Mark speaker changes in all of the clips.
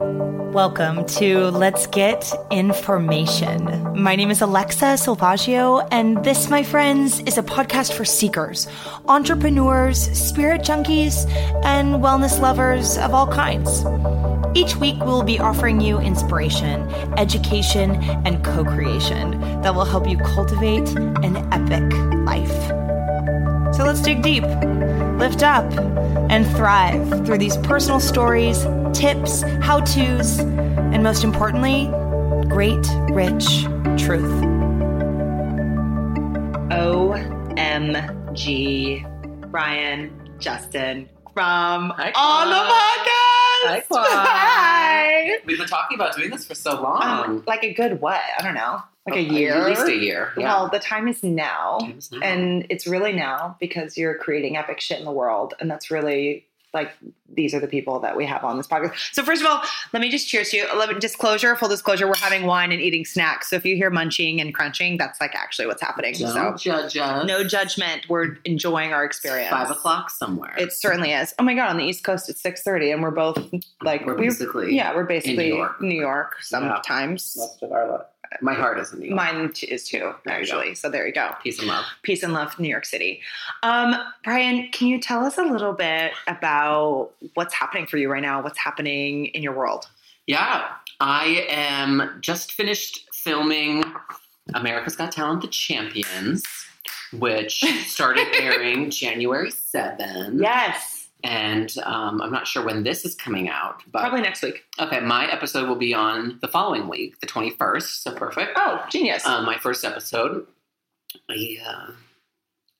Speaker 1: Welcome to Let's Get Information. My name is Alexa Silvaggio, and this, my friends, is a podcast for seekers, entrepreneurs, spirit junkies, and wellness lovers of all kinds. Each week, we'll be offering you inspiration, education, and co creation that will help you cultivate an epic life. So let's dig deep, lift up, and thrive through these personal stories, tips, how to's, and most importantly, great, rich truth.
Speaker 2: OMG, Ryan, Justin from
Speaker 3: Hi,
Speaker 2: on the
Speaker 3: Hi,
Speaker 2: podcast.
Speaker 3: Quan.
Speaker 2: Hi.
Speaker 3: We've been talking about doing this for so long.
Speaker 2: Um, like a good what? I don't know. Like a
Speaker 3: Uh,
Speaker 2: year.
Speaker 3: At least a year. Yeah.
Speaker 2: Well, the time is now.
Speaker 3: Times now.
Speaker 2: And it's really now because you're creating epic shit in the world. And that's really like these are the people that we have on this podcast. So first of all, let me just cheers to you. Let me, disclosure, full disclosure, we're having wine and eating snacks. So if you hear munching and crunching, that's like actually what's happening.
Speaker 3: don't
Speaker 2: so
Speaker 3: judge us.
Speaker 2: no judgment. We're enjoying our experience.
Speaker 3: It's Five o'clock somewhere.
Speaker 2: It certainly is. Oh my god, on the East Coast it's six thirty, and we're both like
Speaker 3: We're
Speaker 2: we-
Speaker 3: basically
Speaker 2: yeah, we're basically
Speaker 3: New York.
Speaker 2: New York sometimes.
Speaker 3: Most of our life. My heart is in New York.
Speaker 2: Mine t- is too,
Speaker 3: There you go.
Speaker 2: actually. So there you go.
Speaker 3: Peace and love.
Speaker 2: Peace and love, New York City. Um, Brian, can you tell us a little bit about what's happening for you right now? What's happening in your world?
Speaker 3: Yeah, I am just finished filming America's Got Talent: The Champions, which started airing January seventh.
Speaker 2: Yes,
Speaker 3: and um, I'm not sure when this is coming out, but
Speaker 2: probably next week.
Speaker 3: okay, my episode will be on the following week, the 21st. So perfect.
Speaker 2: Oh, genius!
Speaker 3: uh, my first episode. I uh,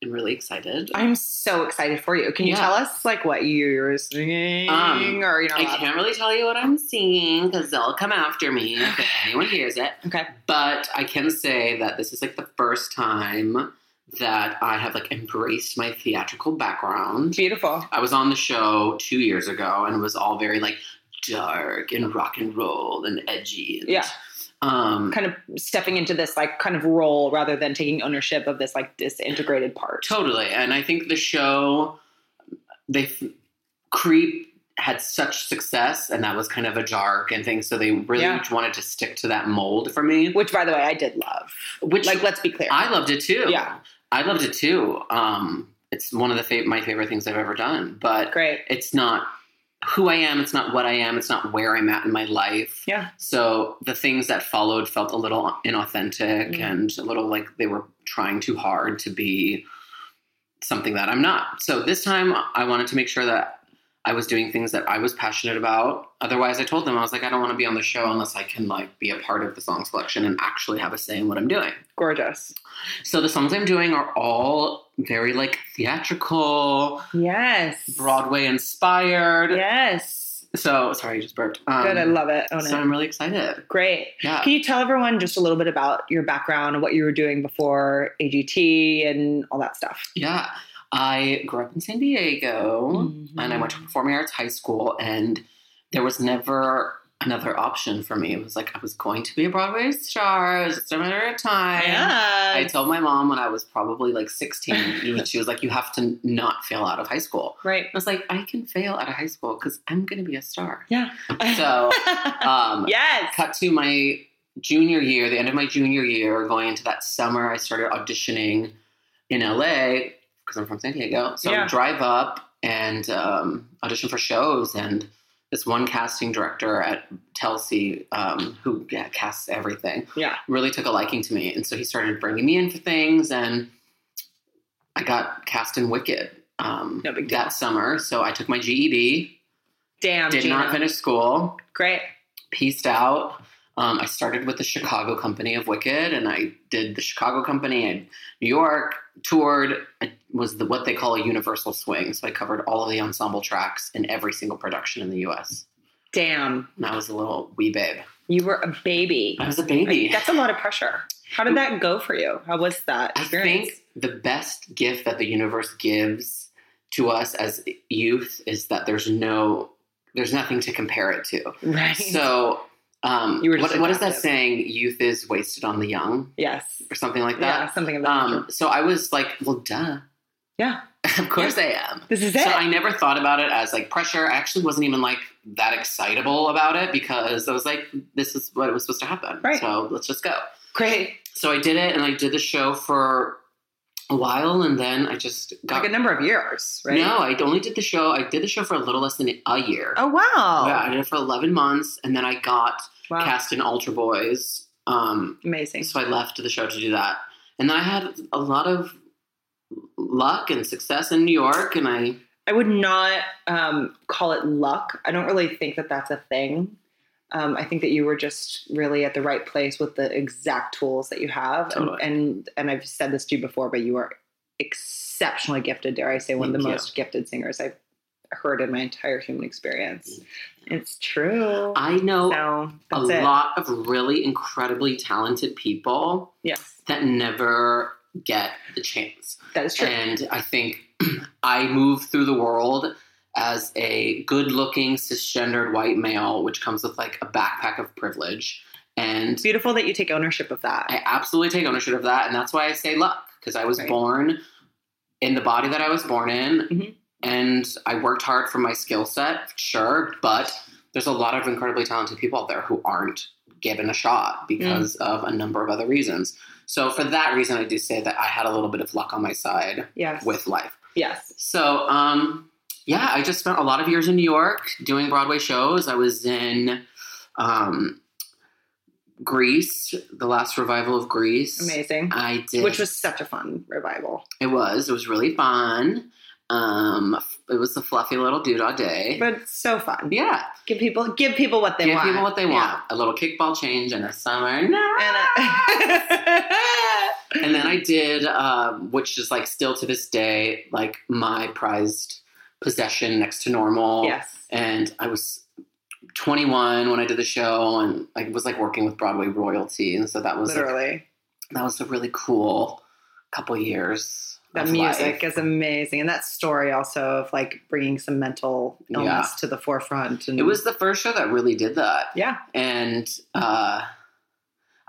Speaker 3: am really excited.
Speaker 2: I'm so excited for you. Can you
Speaker 3: Yeah.
Speaker 2: tell us like what you're singing
Speaker 3: Um,
Speaker 2: or you know?
Speaker 3: I can't really tell you what I'm singing because they'll come after me if anyone hears it.
Speaker 2: Okay.
Speaker 3: But I can say that this is like the first time that I have like embraced my theatrical background.
Speaker 2: Beautiful.
Speaker 3: I was on the show two years ago and it was all very like dark and rock and roll and edgy. And,
Speaker 2: Yeah.
Speaker 3: Um,
Speaker 2: kind of stepping into this like kind of role rather than taking ownership of this like disintegrated part.
Speaker 3: Totally. And I think the show, they Creep had such success, and that was kind of a dark and thing. So they really
Speaker 2: Yeah.
Speaker 3: wanted to stick to that mold for me,
Speaker 2: Which by the way I did love.
Speaker 3: which
Speaker 2: Like let's be clear.
Speaker 3: I loved it too.
Speaker 2: Yeah.
Speaker 3: I loved it too. Um, it's one of the fav- my favorite things I've ever done, but
Speaker 2: Great.
Speaker 3: it's not who I am. It's not what I am. It's not where I'm at in my life.
Speaker 2: Yeah.
Speaker 3: So the things that followed felt a little inauthentic
Speaker 2: Mm.
Speaker 3: and a little like they were trying too hard to be something that I'm not. So this time I wanted to make sure that I was doing things that I was passionate about. Otherwise, I told them I was like, I don't want to be on the show unless I can like be a part of the song selection and actually have a say in what I'm doing.
Speaker 2: Gorgeous.
Speaker 3: So the songs I'm doing are all very like theatrical,
Speaker 2: Yes.
Speaker 3: Broadway inspired.
Speaker 2: Yes.
Speaker 3: So sorry, I just burped. Um,
Speaker 2: Good. I love it. Own
Speaker 3: so
Speaker 2: it.
Speaker 3: I'm really excited.
Speaker 2: Great.
Speaker 3: Yeah.
Speaker 2: Can you tell everyone just a little bit about your background and what you were doing before AGT and all that stuff?
Speaker 3: Yeah. I grew up in San Diego and I went to
Speaker 2: Mm-hmm.
Speaker 3: performing arts high school and there was never another option for me. It was like I was going to be a Broadway star. It was just a matter of time.
Speaker 2: Yeah.
Speaker 3: I told my mom when I was probably like 16, and she was like, You have to not fail out of high school.
Speaker 2: right.
Speaker 3: I was like, I can fail out of high school because I'm going to be a star.
Speaker 2: Yeah.
Speaker 3: So, um,
Speaker 2: yes.
Speaker 3: cut to my junior year, the end of my junior year, going into that summer, I started auditioning in LA because I'm from San Diego. So I
Speaker 2: Yeah.
Speaker 3: would drive up and um, audition for shows. And this one casting director at Telsey, um, who yeah, casts everything,
Speaker 2: Yeah.
Speaker 3: really took a liking to me. And so he started bringing me in for things. And I got cast in Wicked um,
Speaker 2: No big deal.
Speaker 3: that summer. So I took my GED,
Speaker 2: Damn.
Speaker 3: did
Speaker 2: Gina.
Speaker 3: not finish school
Speaker 2: Great.
Speaker 3: pieced out. Um, I started with the Chicago company of Wicked, and I did the Chicago company and New York toured. I was the, what they call a universal swing, so I covered all of the ensemble tracks in every single production in the U.S.
Speaker 2: Damn.
Speaker 3: And I was a little wee babe.
Speaker 2: You were a baby.
Speaker 3: I was a baby.
Speaker 2: That's a lot of pressure. How did that go for you? How was that
Speaker 3: I
Speaker 2: experience?
Speaker 3: think the best gift that the universe gives to us as youth is that there's no, there's nothing to compare it to.
Speaker 2: right.
Speaker 3: So, um,
Speaker 2: You were just
Speaker 3: what, what is that
Speaker 2: adaptive.
Speaker 3: saying? Youth is wasted on the young,
Speaker 2: yes.
Speaker 3: or something like that.
Speaker 2: Yeah, something of that.
Speaker 3: Um, so I was like, well, duh.
Speaker 2: Yeah.
Speaker 3: of course I am.
Speaker 2: This is it.
Speaker 3: So I never thought about it as like pressure. I actually wasn't even like that excitable about it because I was like, this is what was supposed to happen.
Speaker 2: Right.
Speaker 3: So let's just go.
Speaker 2: Great.
Speaker 3: So I did it and I did the show for a while and then I just got
Speaker 2: Like a number of years, right?
Speaker 3: No, I only did the show. I did the show for a little less than a year.
Speaker 2: Oh wow.
Speaker 3: Yeah, I did it for 11 months and then I got
Speaker 2: Wow.
Speaker 3: cast in Ultra Boys. Um,
Speaker 2: Amazing.
Speaker 3: so I left the show to do that. And then I had a lot of luck and success in New York and I
Speaker 2: I would not um, call it luck. I don't really think that that's a thing. Um, I think that you were just really at the right place with the exact tools that you have, And-
Speaker 3: Totally.
Speaker 2: and, and I've said this to you before, but you are exceptionally gifted. Dare I say, one of
Speaker 3: Thank
Speaker 2: the
Speaker 3: you.
Speaker 2: most gifted singers I've heard in my entire human experience. It's true.
Speaker 3: I know
Speaker 2: so
Speaker 3: a
Speaker 2: that's it.
Speaker 3: lot of really incredibly talented people
Speaker 2: Yes,
Speaker 3: that never get the chance.
Speaker 2: that is true.
Speaker 3: And I think I move through the world as a good looking cisgendered white male, which comes with like a backpack of privilege. And
Speaker 2: it's beautiful that you take ownership of that.
Speaker 3: I absolutely take ownership of that. And that's why I say luck, because I was
Speaker 2: Right.
Speaker 3: born in the body that I was born in.
Speaker 2: Mhm.
Speaker 3: And I worked hard for my skill set, sure. But there's a lot of incredibly talented people out there who aren't given a shot because of a number of other reasons. So, for that reason, I do say that I had a little bit of luck on my side
Speaker 2: yes.
Speaker 3: with life.
Speaker 2: yes.
Speaker 3: So, um, yeah, I just spent a lot of years in New York doing Broadway shows. I was in um, Greece, the last revival of Greece.
Speaker 2: Amazing.
Speaker 3: I did.
Speaker 2: Which was such a fun revival.
Speaker 3: it was it was really fun. Um, it was a fluffy little doodah day.
Speaker 2: But it's so fun.
Speaker 3: yeah,
Speaker 2: Give people give people what they
Speaker 3: give
Speaker 2: want.
Speaker 3: people what they
Speaker 2: Yeah.
Speaker 3: want. A little kickball change and a summer night.
Speaker 2: And uh, I-
Speaker 3: and then I did, um, which is like still to this day, like my prized possession next to normal.
Speaker 2: yes.
Speaker 3: and I was 21 when I did the show, and I was like working with Broadway royalty, and so that was like,
Speaker 2: Literally.
Speaker 3: that was a really cool couple years.
Speaker 2: The
Speaker 3: of
Speaker 2: music
Speaker 3: life.
Speaker 2: is amazing. And that story also of like bringing some mental illness to the forefront. And
Speaker 3: It was the first show that really did that,
Speaker 2: yeah.
Speaker 3: and uh,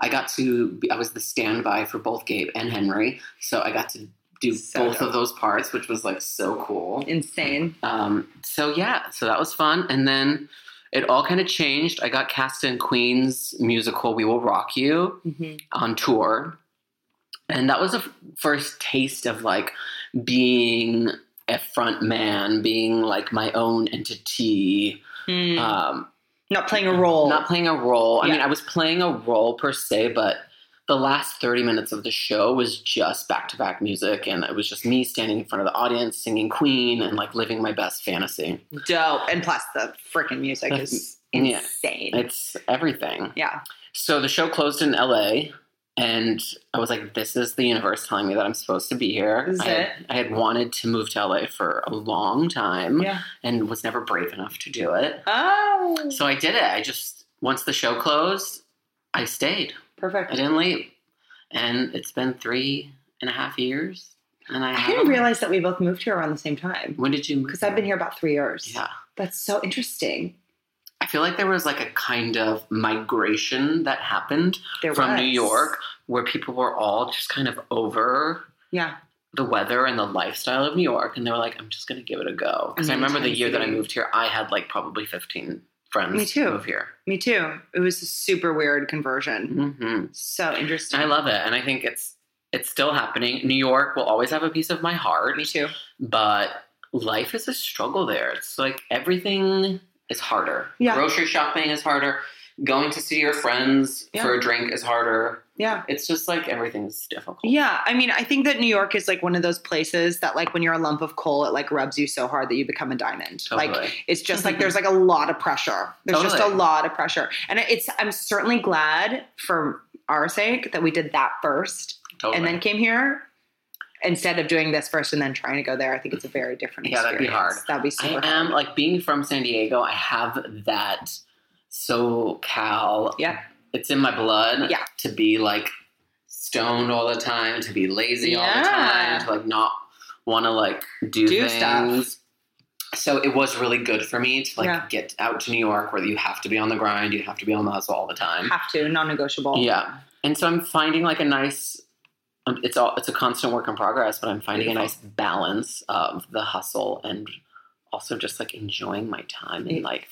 Speaker 3: I got to be, I was the standby for both Gabe and Henry, so I got to do
Speaker 2: So
Speaker 3: both
Speaker 2: dope.
Speaker 3: of those parts, which was like so cool.
Speaker 2: Insane.
Speaker 3: Um, so yeah, so that was fun, and then. It all kind of changed. I got cast in Queen's musical "We Will Rock You," on tour. And that was a f- first taste of like being a front man, being like my own entity,
Speaker 2: Mm.
Speaker 3: um,
Speaker 2: Not playing a role.
Speaker 3: not playing a role. I mean,
Speaker 2: Yeah.
Speaker 3: I was playing a role per se, but the last 30 minutes of the show was just back to back music. And it was just me standing in front of the audience, singing Queen and like living my best fantasy.
Speaker 2: dope. And plus the freaking music is
Speaker 3: Yeah.
Speaker 2: insane.
Speaker 3: It's everything.
Speaker 2: yeah.
Speaker 3: So the show closed in LA, and I was like, this is the universe telling me that I'm supposed to be here.
Speaker 2: This is
Speaker 3: I, had, I had wanted to move to LA for a long time
Speaker 2: Yeah.
Speaker 3: and was never brave enough to do it.
Speaker 2: Oh.
Speaker 3: So I did it. I just, once the show closed, I stayed. I
Speaker 2: Perfect.
Speaker 3: didn't leave. And it's been three and a half years. And I,
Speaker 2: I
Speaker 3: haven't-
Speaker 2: didn't realize that we both moved here around the same time.
Speaker 3: When did you move?
Speaker 2: Because I've been here about three years.
Speaker 3: Yeah.
Speaker 2: That's so interesting.
Speaker 3: I feel like there was like a kind of migration that happened
Speaker 2: There
Speaker 3: from New
Speaker 2: was.
Speaker 3: York where people were all just kind of over
Speaker 2: Yeah.
Speaker 3: the weather and the lifestyle of New York, and they were like, "I'm just gonna give it a go." Because I
Speaker 2: Many
Speaker 3: remember the
Speaker 2: times
Speaker 3: year that I
Speaker 2: a year.
Speaker 3: moved here, I had like probably 15 friends.
Speaker 2: Me too.
Speaker 3: Move here.
Speaker 2: Me too. It was a super weird conversion.
Speaker 3: hmm
Speaker 2: So interesting.
Speaker 3: I love it, and I think it's it's still happening. New York will always have a piece of my heart,
Speaker 2: Me too.
Speaker 3: but life is a struggle there. It's like everything is harder.
Speaker 2: Yeah.
Speaker 3: Grocery shopping is harder. Going to see your friends
Speaker 2: Yeah.
Speaker 3: for a drink is harder.
Speaker 2: Yeah.
Speaker 3: It's just like everything's difficult.
Speaker 2: Yeah. I mean, I think that New York is like one of those places that like when you're a lump of coal, it like rubs you so hard that you become a diamond. Like
Speaker 3: Totally.
Speaker 2: it's just like there's like a lot of pressure. There's just a
Speaker 3: Totally.
Speaker 2: lot of pressure. And it's I'm certainly glad for our sake that we did that first
Speaker 3: totally.
Speaker 2: and then came here instead of doing this first and then trying to go there. I think it's a very different
Speaker 3: Yeah, that'd be
Speaker 2: experience.
Speaker 3: hard.
Speaker 2: That'd be super
Speaker 3: I
Speaker 2: hard.
Speaker 3: am like being from San Diego. I have that SoCal.
Speaker 2: Yeah.
Speaker 3: it's in my blood.
Speaker 2: Yeah.
Speaker 3: to be like stoned all the time, to be lazy all the
Speaker 2: Yeah.
Speaker 3: time, to like not want to like do,
Speaker 2: Do stuff.
Speaker 3: things. So it was really good for me to like
Speaker 2: Yeah.
Speaker 3: get out to New York, where you have to be on the grind, you have to be on the hustle all the time.
Speaker 2: Oh. Have to, non negotiable.
Speaker 3: Yeah, and so I'm finding like a nice um, it's all it's a constant work in progress, but I'm finding a nice balance of the hustle and also just like enjoying my time and like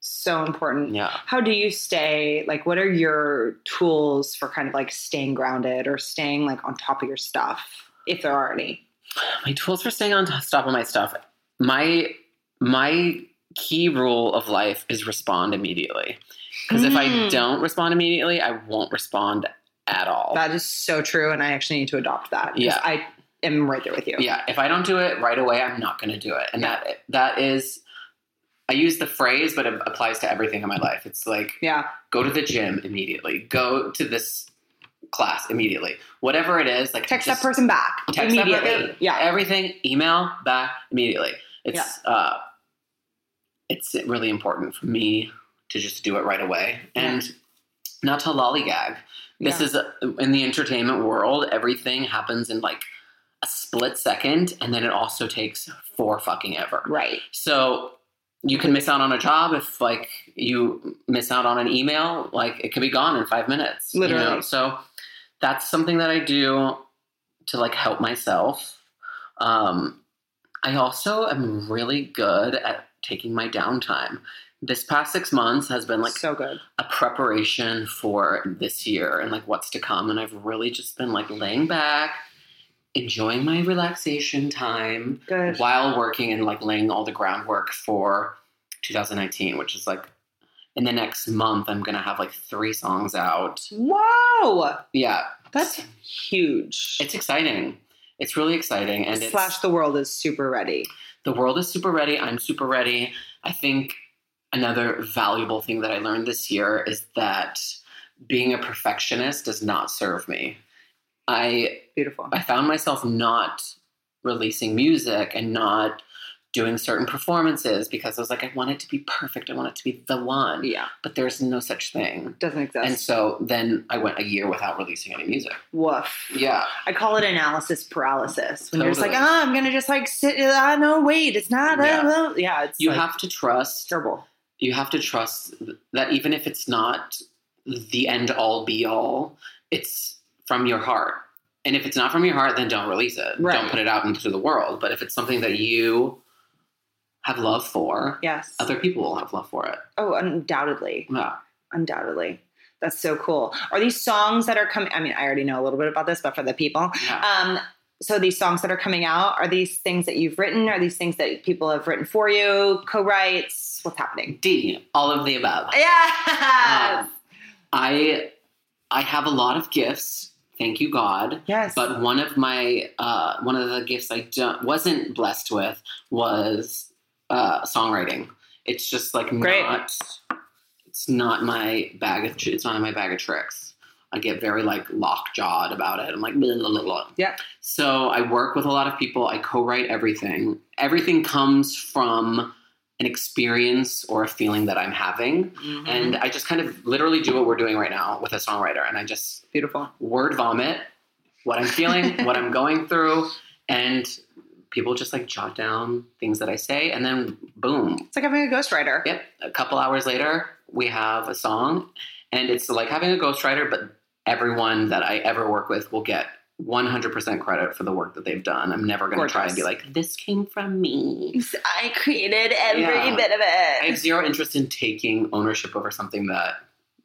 Speaker 2: So important.
Speaker 3: yeah.
Speaker 2: How do you stay? Like, what are your tools for kind of like staying grounded or staying like on top of your stuff, if there are any?
Speaker 3: My tools for staying on top of my stuff. My my key rule of life is respond immediately. Because if I
Speaker 1: Mm.
Speaker 3: don't respond immediately, I won't respond at all.
Speaker 2: That is so true, and I actually need to adopt that. 'cause
Speaker 3: Yeah.
Speaker 2: I am right there with you.
Speaker 3: Yeah, if I don't do it right away, I'm not going to do it. And that that is I use the phrase but it applies to everything in my life. It's like
Speaker 2: Yeah.
Speaker 3: go to the gym immediately. Go to this class immediately. Whatever it is, like
Speaker 2: Text
Speaker 3: just
Speaker 2: that person back
Speaker 3: text that
Speaker 2: immediately.
Speaker 3: person.
Speaker 2: Yeah.
Speaker 3: Everything email back immediately. It's uh it's really important for me to just do it right away and not to lollygag. This
Speaker 2: Yeah.
Speaker 3: is a, in the entertainment world, everything happens in like a split second and then it also takes for fucking ever.
Speaker 2: right.
Speaker 3: So you can miss out on a job if like you miss out on an email, like it could be gone in five minutes. you
Speaker 2: Literally.
Speaker 3: know? So that's something that I do to like help myself. Um, I also am really good at taking my downtime. This past six months has been like
Speaker 2: so good.
Speaker 3: a preparation for this year and like what's to come. And I've really just been like laying back, enjoying my relaxation time
Speaker 2: Good.
Speaker 3: while working and like laying all the groundwork for 2019, which is like in the next month, I'm gonna have like three songs out.
Speaker 2: Wow.
Speaker 3: Yeah,
Speaker 2: That's huge.
Speaker 3: it's exciting. It's really exciting, and it's,
Speaker 2: Slash the world is super ready.
Speaker 3: the world is super ready. I'm super ready. I think another valuable thing that I learned this year is that being a perfectionist does not serve me. I
Speaker 2: Beautiful.
Speaker 3: I found myself not releasing music and not doing certain performances because I was like, I want it to be perfect. I want it to be the one.
Speaker 2: Yeah.
Speaker 3: But there's no such thing.
Speaker 2: Doesn't exist.
Speaker 3: And so then I went a year without releasing any music.
Speaker 2: Woof.
Speaker 3: Yeah.
Speaker 2: I call it analysis paralysis. When you're just like,
Speaker 3: Totally.
Speaker 2: ah, I'm gonna just like sit. Ah, no, wait, it's not. Yeah,
Speaker 3: Yeah.
Speaker 2: yeah it's
Speaker 3: You
Speaker 2: like,
Speaker 3: have to trust,
Speaker 2: terrible.
Speaker 3: you have to trust that even if it's not the end all be all, it's from your heart. And if it's not from your heart, then don't release it.
Speaker 2: Right.
Speaker 3: Don't put it out into the world. But if it's something that you have love for,
Speaker 2: Yes.
Speaker 3: other people will have love for it.
Speaker 2: oh, undoubtedly,
Speaker 3: Yeah.
Speaker 2: undoubtedly. That's so cool. Are these songs that are coming? I mean, I already know a little bit about this, but for the people,
Speaker 3: Yeah.
Speaker 2: um, so these songs that are coming out are these things that you've written? Are these things that people have written for you? Co-writes? What's happening?
Speaker 3: D, all of the above.
Speaker 2: Yes.
Speaker 3: Um, I I have a lot of gifts. Thank you, God.
Speaker 2: yes.
Speaker 3: But one of my uh, one of the gifts I don't, wasn't blessed with was uh, songwriting. It's just like
Speaker 2: Great.
Speaker 3: not. It's not my bag of. tr- It's not in my bag of tricks. I get very like lockjawed about it. I'm like blah, blah, blah, blah.
Speaker 2: Yeah.
Speaker 3: So I work with a lot of people. I co-write everything. Everything comes from an experience or a feeling that I'm having.
Speaker 2: Mhm.
Speaker 3: And I just kind of literally do what we're doing right now with a songwriter. And I just
Speaker 2: beautiful.
Speaker 3: word vomit what I'm feeling, what I'm going through. And people just like jot down things that I say. And then boom.
Speaker 2: It's like having a ghostwriter.
Speaker 3: Yep. A couple hours later, we have a song. And it's like having a ghostwriter, but everyone that I ever work with will get 100% credit for the work that they've done. I'm never going to try and be like, this came from me.
Speaker 2: I created every
Speaker 3: Yeah.
Speaker 2: bit of
Speaker 3: I
Speaker 2: it.
Speaker 3: have zero interest in taking ownership over something that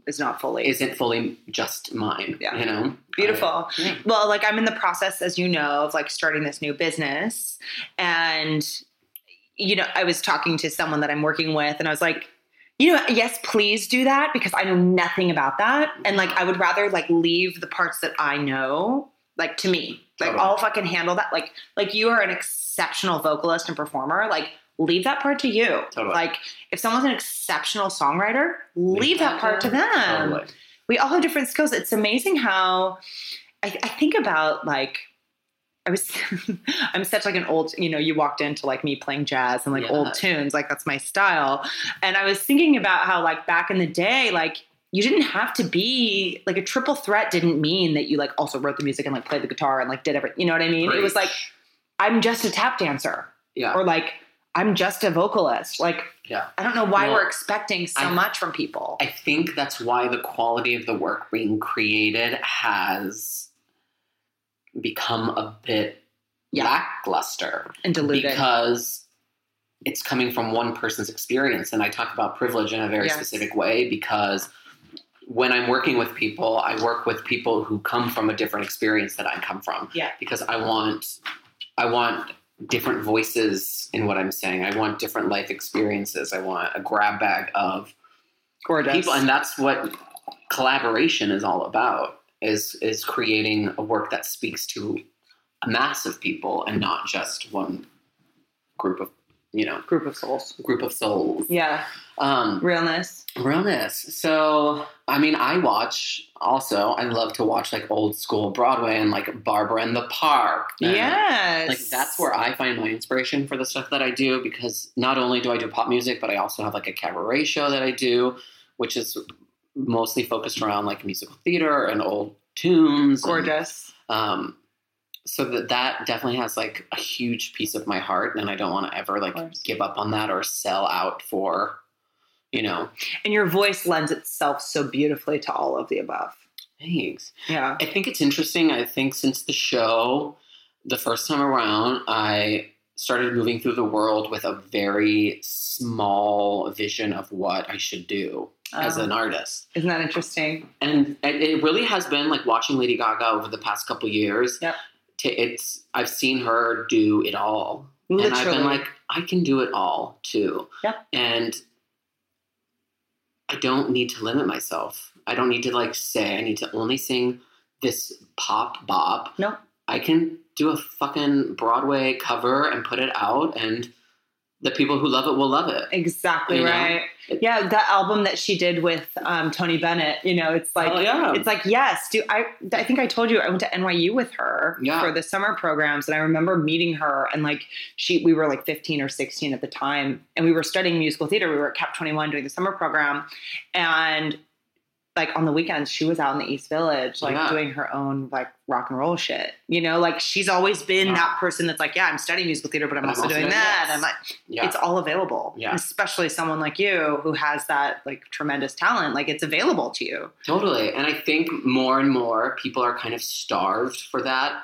Speaker 2: it's not fully.
Speaker 3: isn't fully just mine.
Speaker 2: Yeah.
Speaker 3: You know?
Speaker 2: Beautiful.
Speaker 3: I- yeah.
Speaker 2: well, like I'm in the process, as you know, of like starting this new business. And, you know, I was talking to someone that I'm working with and I was like, you know, yes, please do that because I know nothing about that. And like, I would rather like leave the parts that I know, like to me, like
Speaker 3: Totally.
Speaker 2: I'll fucking handle that. Like, like you are an exceptional vocalist and performer. Like leave that part to you.
Speaker 3: Totally.
Speaker 2: Like if someone's an exceptional songwriter, leave, that, part to them
Speaker 3: Totally.
Speaker 2: we all have different skills. It's amazing how I, I think about like I was I'm such like an old you know you walked into like me playing jazz and like old
Speaker 3: Yeah.
Speaker 2: tunes like that's my style and I was thinking about how like back in the day like you didn't have to be like a triple threat didn't mean that you like also wrote the music and like played the guitar and like did everything you know what I mean it was like
Speaker 3: Preach.
Speaker 2: I'm just a tap dancer
Speaker 3: yeah.
Speaker 2: or like I'm just a vocalist like
Speaker 3: Yeah.
Speaker 2: I don't know why
Speaker 3: Well,
Speaker 2: we're expecting so
Speaker 3: I-
Speaker 2: much from people
Speaker 3: I think that's why the quality of the work being created has become a bit
Speaker 2: Yeah.
Speaker 3: lackluster
Speaker 2: and diluted.
Speaker 3: because it's coming from one person's experience. And I talk about privilege in a very
Speaker 2: Yes.
Speaker 3: specific way because when I'm working with people, I work with people who come from a different experience that I come from.
Speaker 2: Yeah.
Speaker 3: Because I want I want different voices in what I'm saying. I want different life experiences. I want a grab bag of
Speaker 2: Gorgeous.
Speaker 3: people and that's what collaboration is all about is is creating a work that speaks to a mass of people and not just one group of you know
Speaker 2: group of souls.
Speaker 3: group of souls
Speaker 2: Yeah,
Speaker 3: um
Speaker 2: realness.
Speaker 3: realness so i mean i watch also i love to watch like old school broadway and like barbara in the park and,
Speaker 2: yes,
Speaker 3: like that's where i find my inspiration for the stuff that i do because not only do i do pop music but i also have like a cabaret show that i do which is mostly focused around like musical theater and old tunes and,
Speaker 2: gorgeous.
Speaker 3: um so that that definitely has like a huge piece of my heart and i don't want to ever like
Speaker 2: course.
Speaker 3: give up on that or sell out for you know
Speaker 2: And your voice lends itself so beautifully to all of the above.
Speaker 3: thanks
Speaker 2: Yeah,
Speaker 3: I think it's interesting. I think since the show, the first time around, I started moving through the world with a very small vision of what I should do as
Speaker 2: Um,
Speaker 3: an artist.
Speaker 2: isn't that interesting?
Speaker 3: And, and it really has been like watching Lady Gaga over the past couple years.
Speaker 2: Yep.
Speaker 3: To, it's I've seen her do it all.
Speaker 2: Literally,
Speaker 3: And I've been like, I can do it all too.
Speaker 2: Yep.
Speaker 3: And I don't need to limit myself. I don't need to like say I need to only sing this pop bop.
Speaker 2: No.
Speaker 3: I can do a fucking Broadway cover and put it out and the people who love it will love it.
Speaker 2: exactly
Speaker 3: you know?
Speaker 2: right.
Speaker 3: It-
Speaker 2: yeah, that album that she did with um, Tony Bennett. You know, it's like
Speaker 3: oh, yeah.
Speaker 2: it's like yes do i i think i told you i went to nyu with her
Speaker 3: Yeah.
Speaker 2: for the summer programs and i remember meeting her and like she we were like 15 or 16 at the time and we were studying musical theater we were at cap 21 doing the summer program and like on the weekends she was out in the east village like
Speaker 3: Yeah.
Speaker 2: doing her own like rock and roll shit you know like she's always been
Speaker 3: Yeah.
Speaker 2: that person that's like yeah i'm studying musical theater but i'm, also, doing that
Speaker 3: this.
Speaker 2: i'm like
Speaker 3: yeah.
Speaker 2: it's all available
Speaker 3: Yeah.
Speaker 2: especially someone like you who has that like tremendous talent like it's available to you
Speaker 3: Totally. And I think more and more people are kind of starved for that.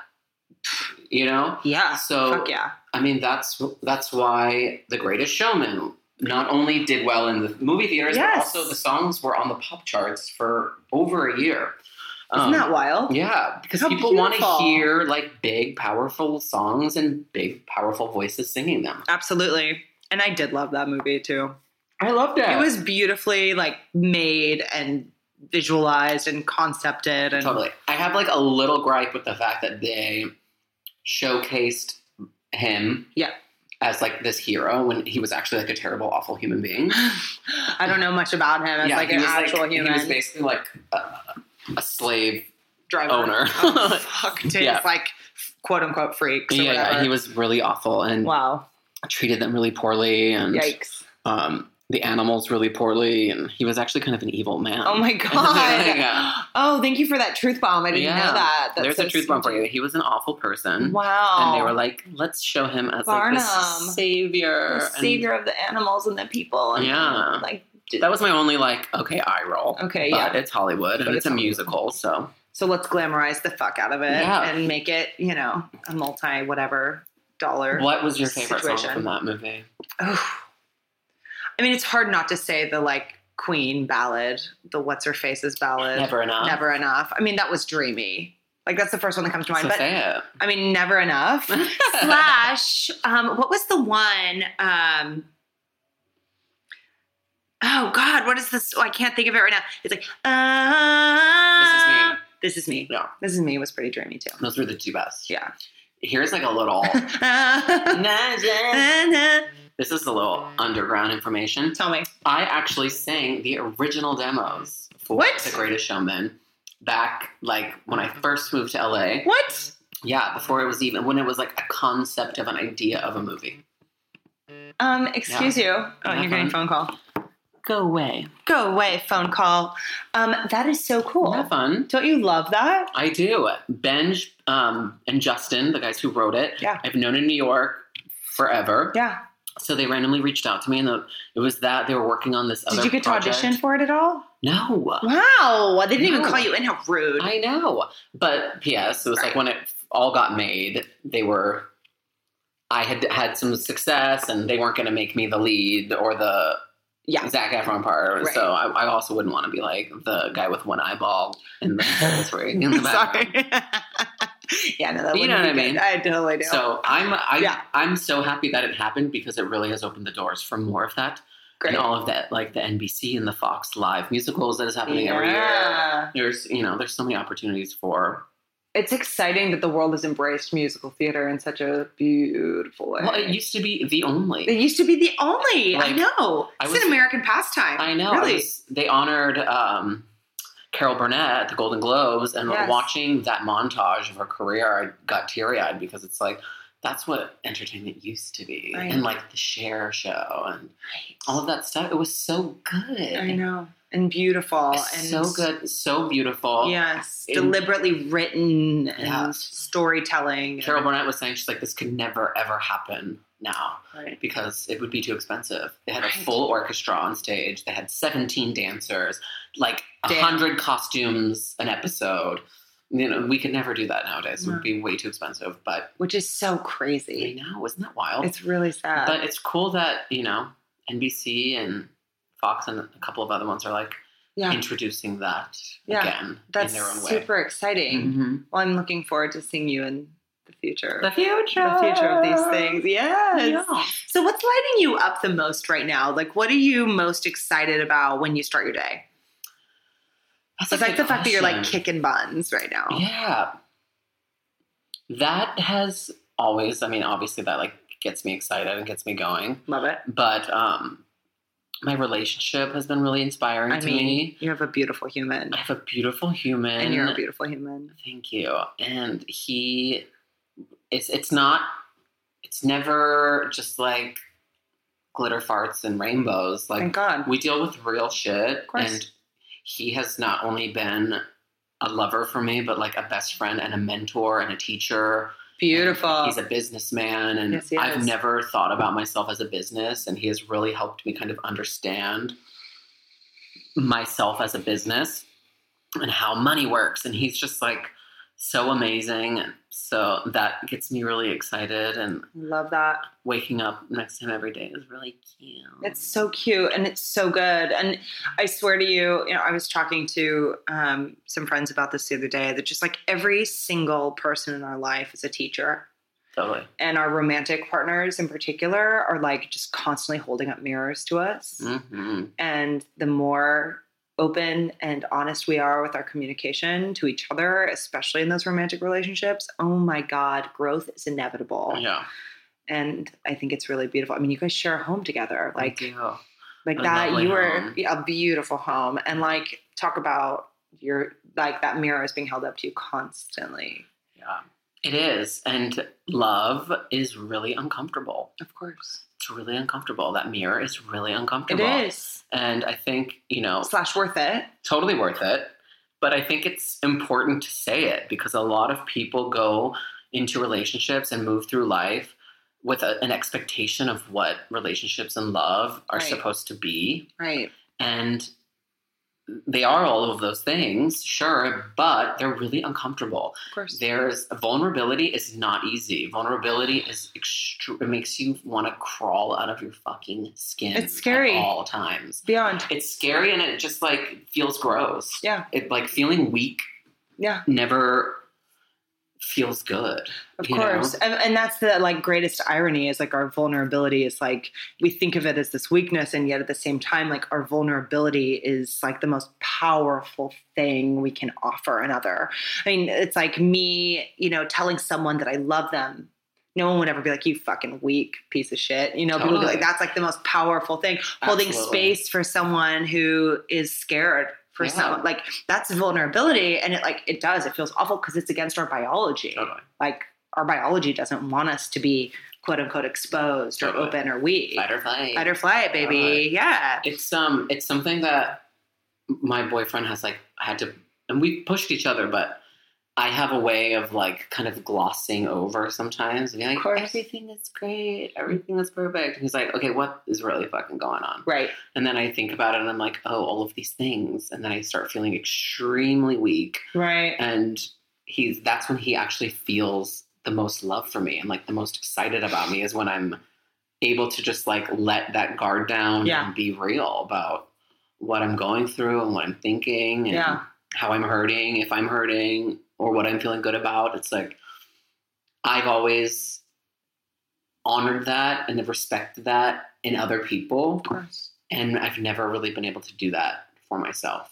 Speaker 3: You know?
Speaker 2: yeah
Speaker 3: So
Speaker 2: Fuck yeah.
Speaker 3: I mean, that's that's why The Greatest Showman not only did well in the movie theaters,
Speaker 2: Yes.
Speaker 3: but also the songs were on the pop charts for over a year.
Speaker 2: Isn't
Speaker 3: Um,
Speaker 2: that wild?
Speaker 3: yeah, because
Speaker 2: How
Speaker 3: people want
Speaker 2: beautiful.
Speaker 3: to hear like big, powerful songs and big, powerful voices singing them.
Speaker 2: Absolutely. And I did love that movie too.
Speaker 3: I loved
Speaker 2: It was beautifully like made and visualized and concepted and
Speaker 3: totally. I have like a little gripe with the fact that they showcased him,
Speaker 2: Yeah.
Speaker 3: as like this hero when he was actually like a terrible, awful human being.
Speaker 2: I don't know much about him as like
Speaker 3: he
Speaker 2: an
Speaker 3: was, like-
Speaker 2: actual human
Speaker 3: He was basically like a, a slave
Speaker 2: driver.
Speaker 3: owner.
Speaker 2: Oh, fuck to
Speaker 3: Yeah.
Speaker 2: his like quote unquote freaks or
Speaker 3: yeah,
Speaker 2: whatever.
Speaker 3: he was really awful and
Speaker 2: wow.
Speaker 3: treated them really poorly, and
Speaker 2: Yikes.
Speaker 3: um, the animals really poorly, and he was actually kind of an evil man.
Speaker 2: Oh my
Speaker 3: Yeah.
Speaker 2: god. oh, thank you for that truth bomb. I didn't
Speaker 3: Yeah.
Speaker 2: know that. That's
Speaker 3: There's
Speaker 2: so
Speaker 3: a truth bomb for you. He was an awful person.
Speaker 2: Wow.
Speaker 3: And they were like, let's show him as like
Speaker 2: Barnum.
Speaker 3: this savior.
Speaker 2: the
Speaker 3: and-
Speaker 2: savior of the animals and the people. And
Speaker 3: Yeah.
Speaker 2: Like
Speaker 3: That was my only like, okay, eye roll.
Speaker 2: okay,
Speaker 3: But
Speaker 2: yeah.
Speaker 3: it's Hollywood
Speaker 2: But
Speaker 3: and it's,
Speaker 2: it's
Speaker 3: a
Speaker 2: Hollywood.
Speaker 3: musical, so
Speaker 2: So let's glamorize the fuck out of it
Speaker 3: Yeah.
Speaker 2: and make it, you know, a multi whatever dollar.
Speaker 3: what was your favorite
Speaker 2: Situation.
Speaker 3: song from that movie?
Speaker 2: Oof. I mean, it's hard not to say the like Queen ballad, the What's Her Face's ballad,
Speaker 3: Never enough.
Speaker 2: Never enough. I mean, that was dreamy. Like that's the first one that comes to mind.
Speaker 3: So
Speaker 2: but
Speaker 3: say it.
Speaker 2: I mean, Never Enough slash um, what was the one? Um, oh God, what is this? Oh, I can't think of it right now. It's like uh, This is me. This is me.
Speaker 3: Yeah.
Speaker 2: This is me was pretty dreamy too.
Speaker 3: Those were the two best.
Speaker 2: Yeah.
Speaker 3: Here's like a little
Speaker 2: Tell uh,
Speaker 3: This is a little underground information.
Speaker 2: me.
Speaker 3: I actually sang the original demos for
Speaker 2: What?
Speaker 3: The Greatest Showman back like when I first moved to LA.
Speaker 2: What?
Speaker 3: Yeah, before it was even when it was like a concept of an idea of a movie.
Speaker 2: Um, excuse you. Oh,
Speaker 3: Uh-huh.
Speaker 2: you're getting a phone call.
Speaker 3: Go away.
Speaker 2: Go away, phone call. Um, that is so cool.
Speaker 3: Have fun.
Speaker 2: Don't you love that?
Speaker 3: I do. Benj um, and Justin, the guys who wrote it,
Speaker 2: Yeah.
Speaker 3: I've known in New York forever.
Speaker 2: Yeah.
Speaker 3: So they randomly reached out to me, and the, it was that they were working on this.
Speaker 2: Did
Speaker 3: other
Speaker 2: you get to
Speaker 3: project.
Speaker 2: audition for it at all?
Speaker 3: No.
Speaker 2: Wow. They didn't even
Speaker 3: No.
Speaker 2: call you in. How rude.
Speaker 3: I know. But P.S. It was
Speaker 2: Right.
Speaker 3: like when it all got made. They were I had had some success, and they weren't going to make me the lead or the
Speaker 2: Yeah.
Speaker 3: Zac Efron part.
Speaker 2: Right.
Speaker 3: So I, I also wouldn't want to be like the guy with one eyeball in the sorry. In the background.
Speaker 2: Sorry. yeah, no, that
Speaker 3: You
Speaker 2: wouldn't
Speaker 3: know what
Speaker 2: be
Speaker 3: I
Speaker 2: good.
Speaker 3: mean.
Speaker 2: I totally do.
Speaker 3: So I'm I,
Speaker 2: Yeah.
Speaker 3: I'm so happy that it happened because it really has opened the doors for more of that
Speaker 2: Great.
Speaker 3: and all of that, like the NBC and the Fox live musicals that is happening every year.
Speaker 2: Yeah.
Speaker 3: There's you know there's so many opportunities for
Speaker 2: It's exciting that the world has embraced musical theater in such a beautiful way.
Speaker 3: well it used to be the only
Speaker 2: It used to be the only. I
Speaker 3: Like,
Speaker 2: know.
Speaker 3: I
Speaker 2: It's
Speaker 3: was-
Speaker 2: an American pastime.
Speaker 3: I know. I
Speaker 2: Really?
Speaker 3: was- they honored um, Carol Burnett at the Golden Globes, and
Speaker 2: Yes.
Speaker 3: watching that montage of her career, I got teary eyed because it's like that's what entertainment used to be,
Speaker 2: I
Speaker 3: and
Speaker 2: know.
Speaker 3: like the Share show and all of that stuff. It was so good.
Speaker 2: I know. And beautiful. And
Speaker 3: So good, so beautiful.
Speaker 2: Yes.
Speaker 3: And-
Speaker 2: deliberately written and
Speaker 3: Yeah.
Speaker 2: storytelling.
Speaker 3: Carol Burnett was saying she's like, this could never ever happen now
Speaker 2: Right.
Speaker 3: because it would be too expensive. They had a
Speaker 2: Right.
Speaker 3: full orchestra on stage. They had 17 dancers, like a
Speaker 2: Damn.
Speaker 3: 100 costumes an episode. You know, we could never do that nowadays. It
Speaker 2: No.
Speaker 3: would be way too expensive. But
Speaker 2: Which is so
Speaker 3: I
Speaker 2: crazy.
Speaker 3: know, isn't that wild?
Speaker 2: It's really sad.
Speaker 3: but it's cool that, you know, NBC and Fox and a couple of other ones are like
Speaker 2: yeah.
Speaker 3: introducing that
Speaker 2: Yeah.
Speaker 3: again
Speaker 2: That's
Speaker 3: in their own way.
Speaker 2: super exciting.
Speaker 3: Mhm.
Speaker 2: Well, I'm looking forward to seeing you in the future.
Speaker 3: The future.
Speaker 2: The future of these things. Yes.
Speaker 3: Yeah.
Speaker 2: So, what's lighting you up the most right now? Like, what are you most excited about when you start your day?
Speaker 3: That's a
Speaker 2: Besides
Speaker 3: good
Speaker 2: the fact that you're like
Speaker 3: question.
Speaker 2: kicking buns right now.
Speaker 3: Yeah. That has always, I mean, obviously that like gets me excited and gets me going.
Speaker 2: Love it.
Speaker 3: But um my relationship has been really inspiring
Speaker 2: I
Speaker 3: to
Speaker 2: mean,
Speaker 3: me.
Speaker 2: you have a beautiful human,
Speaker 3: I have a beautiful human.
Speaker 2: and you're a beautiful human.
Speaker 3: Thank you. And he it's it's not it's never just like glitter farts and rainbows. Like
Speaker 2: Thank God.
Speaker 3: we deal with real shit
Speaker 2: course.
Speaker 3: and he has not only been a lover for me but like a best friend and a mentor and a teacher
Speaker 2: Beautiful.
Speaker 3: And he's a businessman and
Speaker 2: Yes, he
Speaker 3: i've
Speaker 2: is.
Speaker 3: never thought about myself as a business and he has really helped me kind of understand myself as a business and how money works and he's just like so amazing and so that gets me really excited and
Speaker 2: Love that.
Speaker 3: waking up next to him every day is really cute
Speaker 2: It's so cute and it's so good. And I swear to you, you know, I was talking to um, some friends about this the other day that just like every single person in our life is a teacher.
Speaker 3: totally
Speaker 2: And our romantic partners in particular are like just constantly holding up mirrors to us.
Speaker 3: hmm
Speaker 2: And the more open and honest we are with our communication to each other, especially in those romantic relationships, oh my God, growth is inevitable.
Speaker 3: yeah
Speaker 2: And I think it's really beautiful. I mean, you guys share a home together. Like,
Speaker 3: Thank you.
Speaker 2: like
Speaker 3: A
Speaker 2: that
Speaker 3: lovely
Speaker 2: you were
Speaker 3: home.
Speaker 2: yeah, a beautiful home and like talk about your like that mirror is being held up to you constantly
Speaker 3: Yeah, it is. And love is really uncomfortable.
Speaker 2: of course
Speaker 3: It's really uncomfortable. That mirror is really
Speaker 2: it
Speaker 3: uncomfortable.
Speaker 2: is
Speaker 3: And I think, you know,
Speaker 2: slash worth it
Speaker 3: totally worth it. But I think it's important to say it because a lot of people go into relationships and move through life with a, an expectation of what relationships and love are
Speaker 2: Right.
Speaker 3: supposed to be.
Speaker 2: right
Speaker 3: And they are all of those things, sure, but they're really uncomfortable.
Speaker 2: of course
Speaker 3: there's vulnerability is not easy. Vulnerability is extru- it makes you want to crawl out of your fucking skin.
Speaker 2: It's scary.
Speaker 3: at all times.
Speaker 2: beyond
Speaker 3: It's scary and it just like feels gross.
Speaker 2: Yeah.
Speaker 3: it like feeling weak
Speaker 2: yeah
Speaker 3: never feels good.
Speaker 2: of
Speaker 3: You know?
Speaker 2: course and, and that's the like greatest irony is like our vulnerability is like we think of it as this weakness and yet at the same time like our vulnerability is like the most powerful thing we can offer another i mean it's like me you know telling someone that i love them no one would ever be like you fucking weak piece of shit you know people would be
Speaker 3: Totally.
Speaker 2: like that's like the most powerful thing holding
Speaker 3: Absolutely.
Speaker 2: space for someone who is scared for
Speaker 3: Yeah.
Speaker 2: someone like that's vulnerability and it like it does it feels awful because it's against our biology
Speaker 3: Totally.
Speaker 2: like our biology doesn't want us to be quote unquote exposed or
Speaker 3: Totally.
Speaker 2: open or weak.
Speaker 3: Fight or flight.
Speaker 2: Fight or flight, baby. Yeah.
Speaker 3: It's um, it's something that my boyfriend has like had to, and we pushed each other, but I have a way of like kind of glossing over sometimes and being
Speaker 2: Of
Speaker 3: like,
Speaker 2: course.
Speaker 3: everything is great, everything is perfect. And he's like, okay, what is really fucking going on?
Speaker 2: Right.
Speaker 3: And then I think about it and I'm like, oh, all of these things, and then I start feeling extremely weak
Speaker 2: Right.
Speaker 3: and he's that's when he actually feels the most love for me and like the most excited about me is when I'm able to just like let that guard down
Speaker 2: Yeah.
Speaker 3: and be real about what I'm going through and what I'm thinking and
Speaker 2: Yeah.
Speaker 3: how I'm hurting, if I'm hurting, or what I'm feeling good about. It's like I've always honored that and have respected that in other people.
Speaker 2: course.
Speaker 3: And I've never really been able to do that for myself.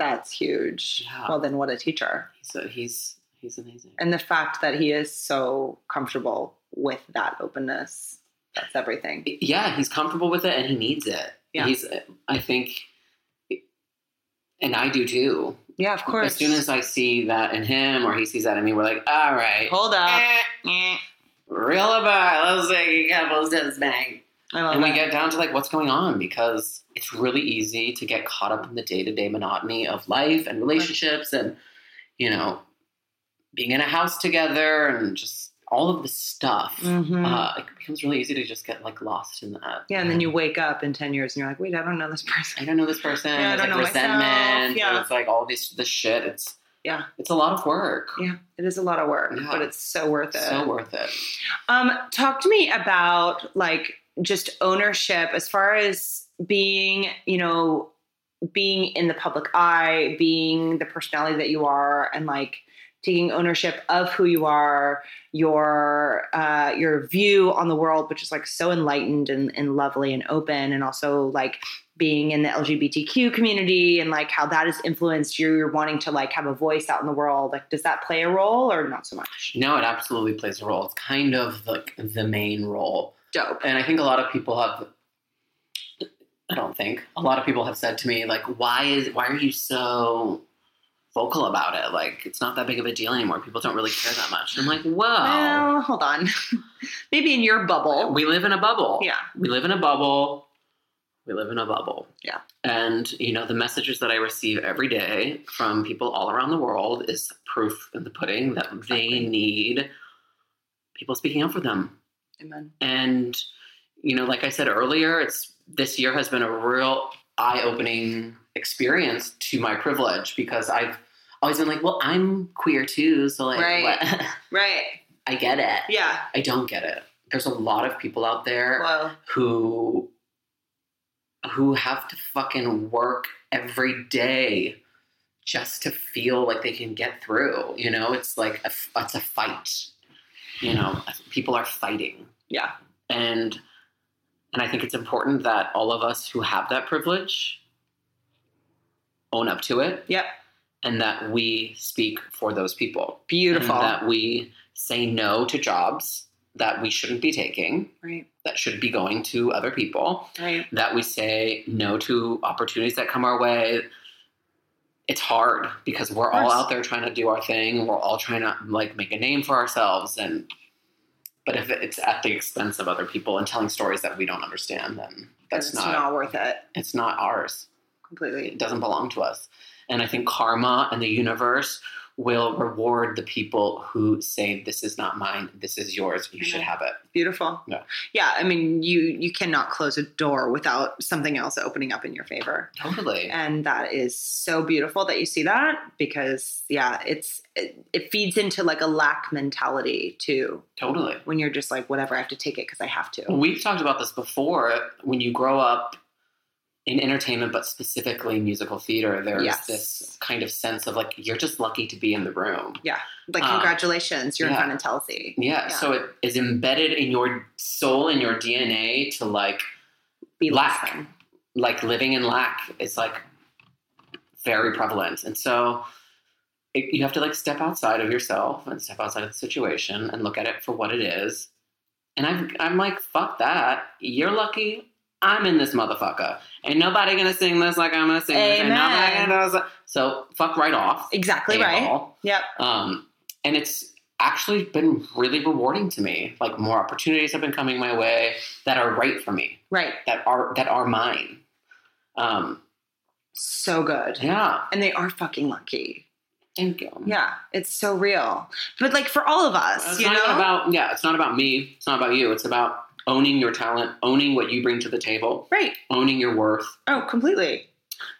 Speaker 2: That's huge.
Speaker 3: Yeah.
Speaker 2: Well, then what a teacher.
Speaker 3: So he's he's amazing.
Speaker 2: And the fact that he is so comfortable with that openness, that's everything.
Speaker 3: yeah, he's comfortable with it and he needs it.
Speaker 2: Yeah.
Speaker 3: He's I think and I do too.
Speaker 2: Yeah, of course.
Speaker 3: As soon as I see that in him or he sees that in me, we're like, all right.
Speaker 2: Hold up.
Speaker 3: eh,
Speaker 2: I
Speaker 3: Reel it back. Let's take a couple steps back.
Speaker 2: love
Speaker 3: And we
Speaker 2: that.
Speaker 3: get down to like what's going on because it's really easy to get caught up in the day to day monotony of life and relationships and, you know, being in a house together and just all of the stuff.
Speaker 2: Mhm.
Speaker 3: Uh, it becomes really easy to just get like lost in that.
Speaker 2: yeah, and then you wake up in 10 years and you're like, wait, I don't know this
Speaker 3: I
Speaker 2: person.
Speaker 3: don't know this person.
Speaker 2: Yeah, I
Speaker 3: There's,
Speaker 2: don't
Speaker 3: like
Speaker 2: know myself.
Speaker 3: resentment.
Speaker 2: Yeah.
Speaker 3: It's like all this this shit. It's
Speaker 2: Yeah.
Speaker 3: It's a lot of work.
Speaker 2: Yeah, it is a lot of work,
Speaker 3: Yeah.
Speaker 2: but it's so worth it.
Speaker 3: It's so worth it.
Speaker 2: Um, talk to me about like just ownership as far as being, you know, being in the public eye, being the personality that you are, and like taking ownership of who you are, your uh, your view on the world, which is like so enlightened and, and lovely and open, and also like being in the LGBTQ community and like how that has influenced you. You're wanting to like have a voice out in the world. Like, does that play a role or not so much?
Speaker 3: No, it absolutely plays a role. It's kind of like the main role.
Speaker 2: Dope.
Speaker 3: And I think a lot of people have I don't think. A lot of people have said to me, like, why is why are you so vocal about it? Like it's not that big of a deal anymore. People don't really care that much. And I'm like, whoa.
Speaker 2: Well, hold on. Maybe in your bubble.
Speaker 3: Oh. we live in a bubble.
Speaker 2: yeah.
Speaker 3: we live in a bubble. We live in a bubble.
Speaker 2: Yeah.
Speaker 3: And, you know, the messages that I receive every day from people all around the world is proof in the pudding that
Speaker 2: Exactly.
Speaker 3: they need people speaking up for them.
Speaker 2: Amen.
Speaker 3: And, you know, like I said earlier, it's this year has been a real eye opening experience to my privilege because I've always been like, well, I'm queer too. So, like,
Speaker 2: Right.
Speaker 3: what?
Speaker 2: Right.
Speaker 3: I get it.
Speaker 2: Yeah.
Speaker 3: I don't get it. There's a lot of people out there
Speaker 2: Well,
Speaker 3: who who have to fucking work every day just to feel like they can get through you know it's like a, f- it's a fight you know people are fighting
Speaker 2: Yeah.
Speaker 3: and and i think it's important that all of us who have that privilege own up to it
Speaker 2: yep.
Speaker 3: and that we speak for those people And
Speaker 2: Beautiful.
Speaker 3: that we say no to jobs that we shouldn't be taking
Speaker 2: Right.
Speaker 3: that should be going to other people,
Speaker 2: Right.
Speaker 3: that we say no to opportunities that come our way. It's hard because we're all
Speaker 2: course.
Speaker 3: out there trying to do our thing. We're all trying to like make a name for ourselves and but if it's at the expense of other people and telling stories that we don't understand, then that's
Speaker 2: it's
Speaker 3: not,
Speaker 2: not, worth it
Speaker 3: it's not ours. It
Speaker 2: completely.
Speaker 3: doesn't belong to us. And I think karma and the universe will reward the people who say this is not mine, this is yours, you should
Speaker 2: Amen.
Speaker 3: have it.
Speaker 2: Beautiful.
Speaker 3: Yeah.
Speaker 2: Yeah. I mean, you you cannot close a door without something else opening up in your favor.
Speaker 3: Totally.
Speaker 2: and that is so beautiful that you see that because yeah it's it, it feeds into like a lack mentality too
Speaker 3: Totally.
Speaker 2: when you're just like whatever i have to take it because i have to
Speaker 3: We've talked about this before. When you grow up in entertainment, but specifically musical theater, there's
Speaker 2: Yes.
Speaker 3: this kind of sense of like, you're just lucky to be in the room.
Speaker 2: like
Speaker 3: Uh,
Speaker 2: congratulations you're
Speaker 3: yeah.
Speaker 2: in front of Telsey.
Speaker 3: Yeah,
Speaker 2: Yeah.
Speaker 3: so it is embedded in your soul and your DNA to like
Speaker 2: be
Speaker 3: Lack.
Speaker 2: less than.
Speaker 3: like living in lack is like very prevalent. And so it, you have to like step outside of yourself and step outside of the situation and look at it for what it is. And I've, I'm like, fuck that. You're lucky. I'm in this motherfucker. Ain't nobody gonna sing this like I'm gonna sing this. Ain't
Speaker 2: Amen.
Speaker 3: nobody gonna do this. So fuck right off.
Speaker 2: exactly right
Speaker 3: a-hole.
Speaker 2: yep
Speaker 3: Um, and it's actually been really rewarding to me. Like more opportunities have been coming my way that are right for me,
Speaker 2: right
Speaker 3: that are that are mine. Um,
Speaker 2: so good
Speaker 3: yeah.
Speaker 2: and they are fucking lucky
Speaker 3: Thank you.
Speaker 2: yeah it's so real but like for all of us
Speaker 3: It's
Speaker 2: you
Speaker 3: not
Speaker 2: know
Speaker 3: even about yeah, it's not about me. It's not about you. It's about owning your talent, owning what you bring to the table,
Speaker 2: right
Speaker 3: owning your worth.
Speaker 2: oh completely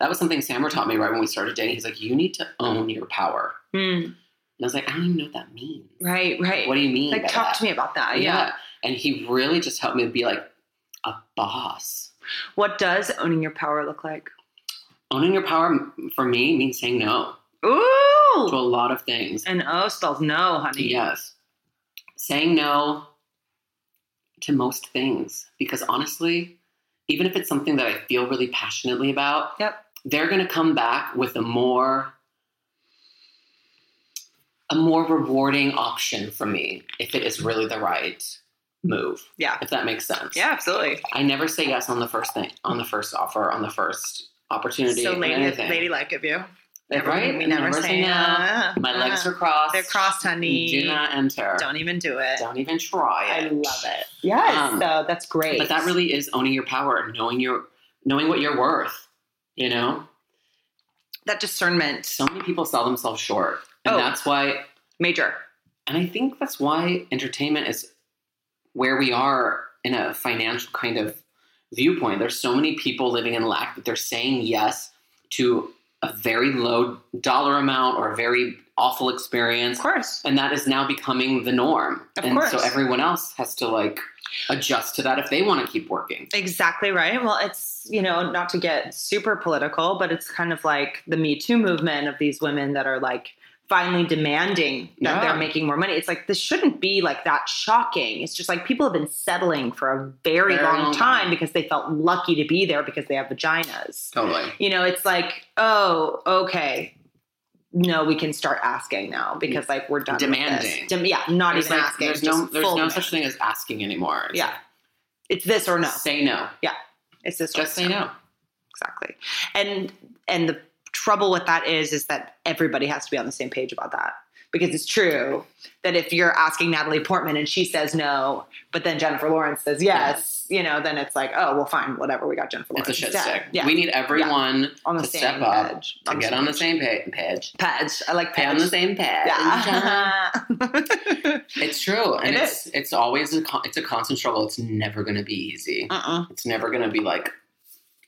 Speaker 3: That was something Sammer taught me right when we started dating. He's like, you need to own your power.
Speaker 2: Mm.
Speaker 3: And I was like, I don't even know what that means.
Speaker 2: Right, right.
Speaker 3: What do you mean?
Speaker 2: like,
Speaker 3: by
Speaker 2: talk
Speaker 3: that?
Speaker 2: to me about that. Yeah.
Speaker 3: And he really just helped me be like a boss.
Speaker 2: What does owning your power look like?
Speaker 3: Owning your power m- for me means saying no to a
Speaker 2: Ooh.
Speaker 3: lot of things.
Speaker 2: And O spells no, honey.
Speaker 3: Yes. Saying no to most things. Because honestly, even if it's something that I feel really passionately about,
Speaker 2: Yep.
Speaker 3: they're going to come back with a more a more rewarding option for me if it is really the right move
Speaker 2: Yeah.
Speaker 3: if that makes sense
Speaker 2: Yeah, absolutely.
Speaker 3: i never say yes on the first thing on the first offer on the first opportunity
Speaker 2: So
Speaker 3: and
Speaker 2: lady,
Speaker 3: anything.
Speaker 2: ladylike of you. Never-
Speaker 3: right
Speaker 2: We never, say no.
Speaker 3: my
Speaker 2: Uh,
Speaker 3: legs are crossed
Speaker 2: They're crossed, honey.
Speaker 3: do not enter
Speaker 2: Don't even do it.
Speaker 3: Don't even try it
Speaker 2: it. Yes.
Speaker 3: Um,
Speaker 2: so that's great.
Speaker 3: but that really is owning your power knowing your knowing what you're worth you know
Speaker 2: that discernment,
Speaker 3: so many people sell themselves short and
Speaker 2: Oh.
Speaker 3: that's why
Speaker 2: major.
Speaker 3: And I think that's why entertainment is where we are in a financial kind of viewpoint. There's so many people living in lack that they're saying yes to a very low dollar amount or a very awful experience.
Speaker 2: Of course.
Speaker 3: And that is now becoming the norm.
Speaker 2: Of
Speaker 3: and so
Speaker 2: course.
Speaker 3: everyone else has to like adjust to that if they want to keep working.
Speaker 2: Exactly right. Well, it's, you know, not to get super political, but it's kind of like the Me Too movement of these women that are like finally demanding that
Speaker 3: Yeah.
Speaker 2: they're making more money. It's like this shouldn't be like that shocking. It's just like people have been settling for a very,
Speaker 3: Very
Speaker 2: long,
Speaker 3: long
Speaker 2: time,
Speaker 3: time.
Speaker 2: because they felt lucky to be there because they have vaginas.
Speaker 3: Totally.
Speaker 2: You know, it's like, oh, okay. No, we can start asking now because like we're done. with
Speaker 3: Demanding.
Speaker 2: this. Dem- yeah, not
Speaker 3: There's,
Speaker 2: even
Speaker 3: like-
Speaker 2: asking.
Speaker 3: there's no
Speaker 2: just
Speaker 3: there's no
Speaker 2: full
Speaker 3: such thing
Speaker 2: demand.
Speaker 3: as asking anymore. It's
Speaker 2: Yeah. It's this or no.
Speaker 3: like, Say no.
Speaker 2: It's this or
Speaker 3: Just say no.
Speaker 2: exactly and and the trouble with that is is that everybody has to be on the same page about that because it's true that if you're asking natalie portman and she says no but then jennifer lawrence says yes you know then it's like oh well fine whatever we got jennifer lawrence
Speaker 3: It's a shit
Speaker 2: instead.
Speaker 3: stick.
Speaker 2: yeah
Speaker 3: We need everyone
Speaker 2: on the
Speaker 3: to
Speaker 2: same
Speaker 3: step up,
Speaker 2: page
Speaker 3: to get on the same page. page.
Speaker 2: page i like
Speaker 3: Pay
Speaker 2: page
Speaker 3: on the same page.
Speaker 2: yeah
Speaker 3: It's true, and
Speaker 2: It
Speaker 3: it's it's always a con- it's a constant struggle. It's never going to be easy.
Speaker 2: uh-uh.
Speaker 3: It's never going to be like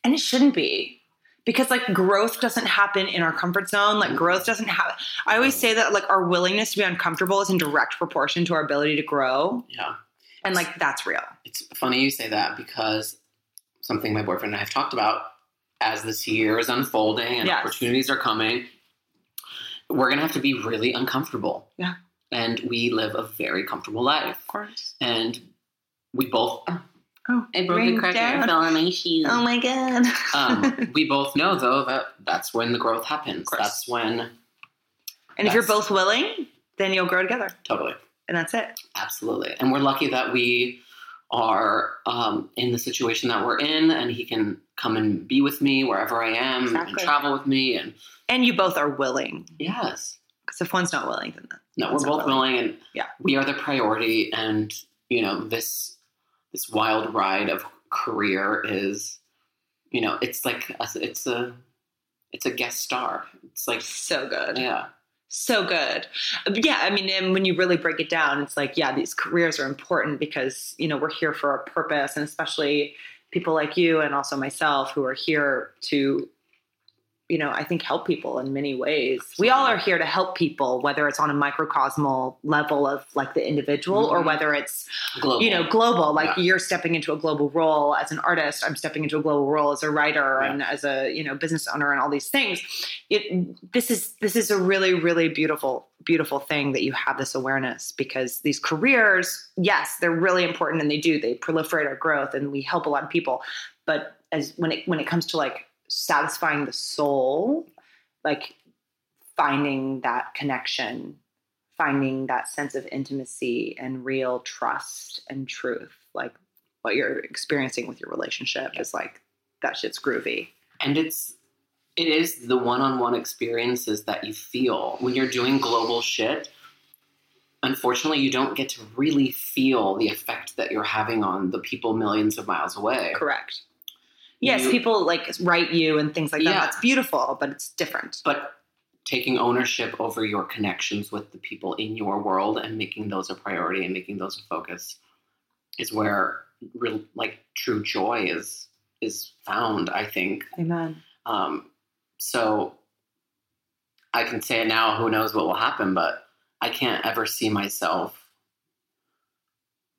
Speaker 2: and it shouldn't be because like growth doesn't happen in our comfort zone like growth doesn't happen i always say that like our willingness to be uncomfortable is in direct proportion to our ability to grow
Speaker 3: yeah.
Speaker 2: and like that's real
Speaker 3: It's funny you say that because something my boyfriend and I have talked about as this year is unfolding and
Speaker 2: Yes.
Speaker 3: opportunities are coming, we're going to have to be really uncomfortable.
Speaker 2: Yeah.
Speaker 3: and we live a very comfortable life,
Speaker 2: course
Speaker 3: and we both.
Speaker 2: oh
Speaker 3: I broke
Speaker 2: Ring
Speaker 3: a crack and I
Speaker 2: down.
Speaker 3: fell on my shoe.
Speaker 2: oh my god
Speaker 3: um, we both know though that that's when the growth happens.
Speaker 2: course.
Speaker 3: That's when
Speaker 2: and if you're
Speaker 3: Yes.
Speaker 2: both willing then you'll grow together
Speaker 3: totally,
Speaker 2: and that's it
Speaker 3: absolutely. And we're lucky that we are um, in the situation that we're in, and he can come and be with me wherever I am, and
Speaker 2: Exactly.
Speaker 3: travel with me. And
Speaker 2: and you both are willing
Speaker 3: yes,
Speaker 2: because if one's not willing then that
Speaker 3: no,
Speaker 2: That's
Speaker 3: we're both
Speaker 2: really-
Speaker 3: willing, and
Speaker 2: Yeah.
Speaker 3: we are the priority. And you know this this wild ride of career is, you know, it's like a, it's a it's a guest star. It's like
Speaker 2: so good
Speaker 3: yeah.
Speaker 2: so good yeah i mean and when you really break it down it's like yeah these careers are important because you know we're here for a purpose and especially people like you and also myself who are here to you know i think help people in many ways we all are here to help people whether it's on a microcosmal level of like the individual or
Speaker 3: Mhm.
Speaker 2: whether it's
Speaker 3: Global.
Speaker 2: you know global like
Speaker 3: Yeah.
Speaker 2: you're stepping into a global role as an artist i'm stepping into a global role as a writer
Speaker 3: Yeah.
Speaker 2: and as a you know business owner and all these things it this is this is a really really beautiful beautiful thing that you have this awareness because these careers yes they're really important and they do they proliferate our growth and we help a lot of people but as when it when it comes to like satisfying the soul like finding that connection finding that sense of intimacy and real trust and truth like what you're experiencing with your relationship is like that shit's groovy
Speaker 3: and it's it is the one-on-one experiences that you feel when you're doing global shit unfortunately you don't get to really feel the effect that you're having on the people millions of miles away
Speaker 2: correct yes
Speaker 3: You-
Speaker 2: people like write you and things like that
Speaker 3: Yeah.
Speaker 2: that's beautiful but it's different
Speaker 3: but taking ownership over your connections with the people in your world and making those a priority and making those a focus is where real like true joy is is found i think
Speaker 2: amen
Speaker 3: Um, so I can say it now. Who knows what will happen? But I can't ever see myself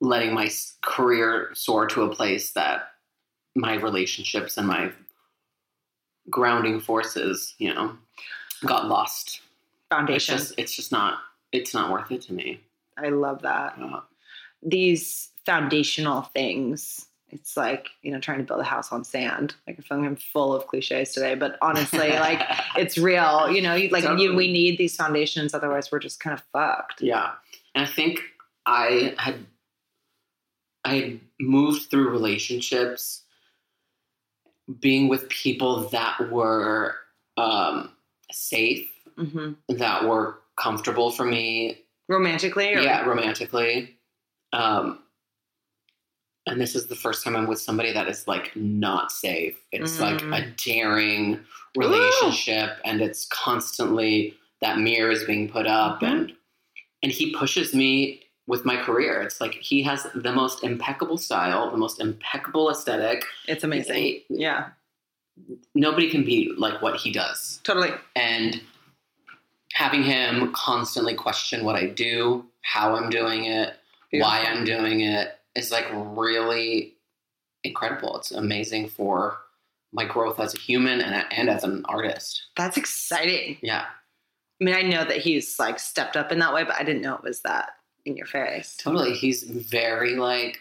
Speaker 3: letting my s- career soar to a place that my relationships and my grounding forces, you know, got lost. It's
Speaker 2: Foundation.
Speaker 3: just, it's just not, it's not worth it to me.
Speaker 2: I love that.
Speaker 3: Uh,
Speaker 2: These foundational things. It's like, you know, trying to build a house on sand. Like I feel like I'm full of cliches today, but honestly, like it's real. You know, you, like you, we
Speaker 3: Totally.
Speaker 2: need these foundations, otherwise we're just kind of fucked.
Speaker 3: Yeah. And I think I had I had moved through relationships being with people that were um, safe,
Speaker 2: hmm
Speaker 3: that were comfortable for me,
Speaker 2: Romantically, or
Speaker 3: yeah, romantically. Um, and this is the first time I'm with somebody that is like not safe. It's
Speaker 2: Mm.
Speaker 3: like a daring relationship, and it's constantly that mirror is being put up,
Speaker 2: Mhm.
Speaker 3: and and he pushes me with my career. It's like he has the most impeccable style, the most impeccable aesthetic.
Speaker 2: it's amazing.
Speaker 3: He-
Speaker 2: Yeah,
Speaker 3: nobody can beat like what he does
Speaker 2: totally.
Speaker 3: and having him constantly question what I do, how I'm doing it, why I'm doing it is like really incredible. It's amazing for my growth as a human and, and as an artist.
Speaker 2: That's exciting.
Speaker 3: Yeah,
Speaker 2: I mean, I know that he's like stepped up in that way, but I didn't know it was that in your face.
Speaker 3: totally. He's very like,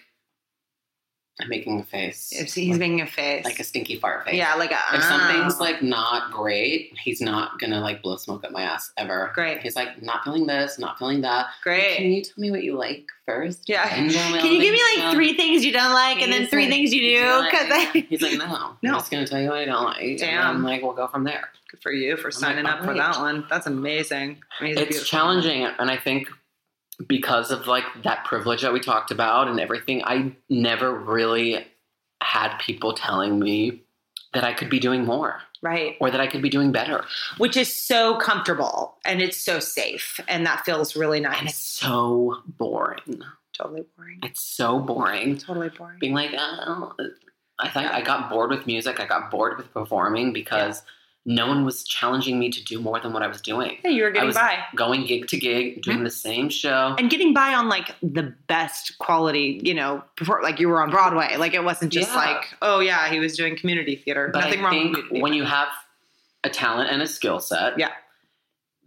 Speaker 3: I'm making a face.
Speaker 2: If he's
Speaker 3: like,
Speaker 2: making a face,
Speaker 3: like a stinky fart face.
Speaker 2: yeah, like a
Speaker 3: If something's
Speaker 2: "Oh."
Speaker 3: like not great, he's not gonna like blow smoke up my ass ever.
Speaker 2: Great.
Speaker 3: He's like not feeling this, not feeling that. Can
Speaker 2: great.
Speaker 3: you tell me what you like first?
Speaker 2: Yeah.
Speaker 3: And then we'll
Speaker 1: Can you give me like
Speaker 3: make some-
Speaker 1: three things you don't like and then
Speaker 3: He's
Speaker 1: three
Speaker 3: like,
Speaker 1: things you do?
Speaker 3: "Yeah."
Speaker 1: Because I.
Speaker 3: he's like, no,
Speaker 2: No.
Speaker 3: I'm just gonna tell you what I don't like. And
Speaker 2: Damn.
Speaker 3: I'm like, we'll go from there.
Speaker 2: Good for you for signing up for
Speaker 3: alright.
Speaker 2: that one. That's amazing. I mean, he's a
Speaker 3: Oh It's
Speaker 2: beautiful
Speaker 3: challenging, and I think because of like that privilege that we talked about and everything, I never really had people telling me that I could be doing more
Speaker 2: man. right?
Speaker 3: or that I could be doing better.
Speaker 2: Which is so comfortable and it's so safe, and that feels really
Speaker 3: And it's
Speaker 2: nice.
Speaker 3: so boring.
Speaker 2: Totally boring.
Speaker 3: It's so boring.
Speaker 2: Totally boring.
Speaker 3: being like, oh, I think I got bored with music. I got bored with performing because no one was challenging me to do more than what I was doing.
Speaker 2: Yeah, you were getting
Speaker 3: was-
Speaker 2: by.
Speaker 3: Going gig to gig, doing the same show.
Speaker 2: and getting by on like the best quality, you know, before like you were on Broadway. Like it wasn't just
Speaker 3: Yeah.
Speaker 2: like, oh yeah, he was doing community theater.
Speaker 3: But
Speaker 2: Nothing
Speaker 3: I
Speaker 2: wrong
Speaker 3: think
Speaker 2: with community
Speaker 3: when you have a talent and a skill set,
Speaker 2: Yeah.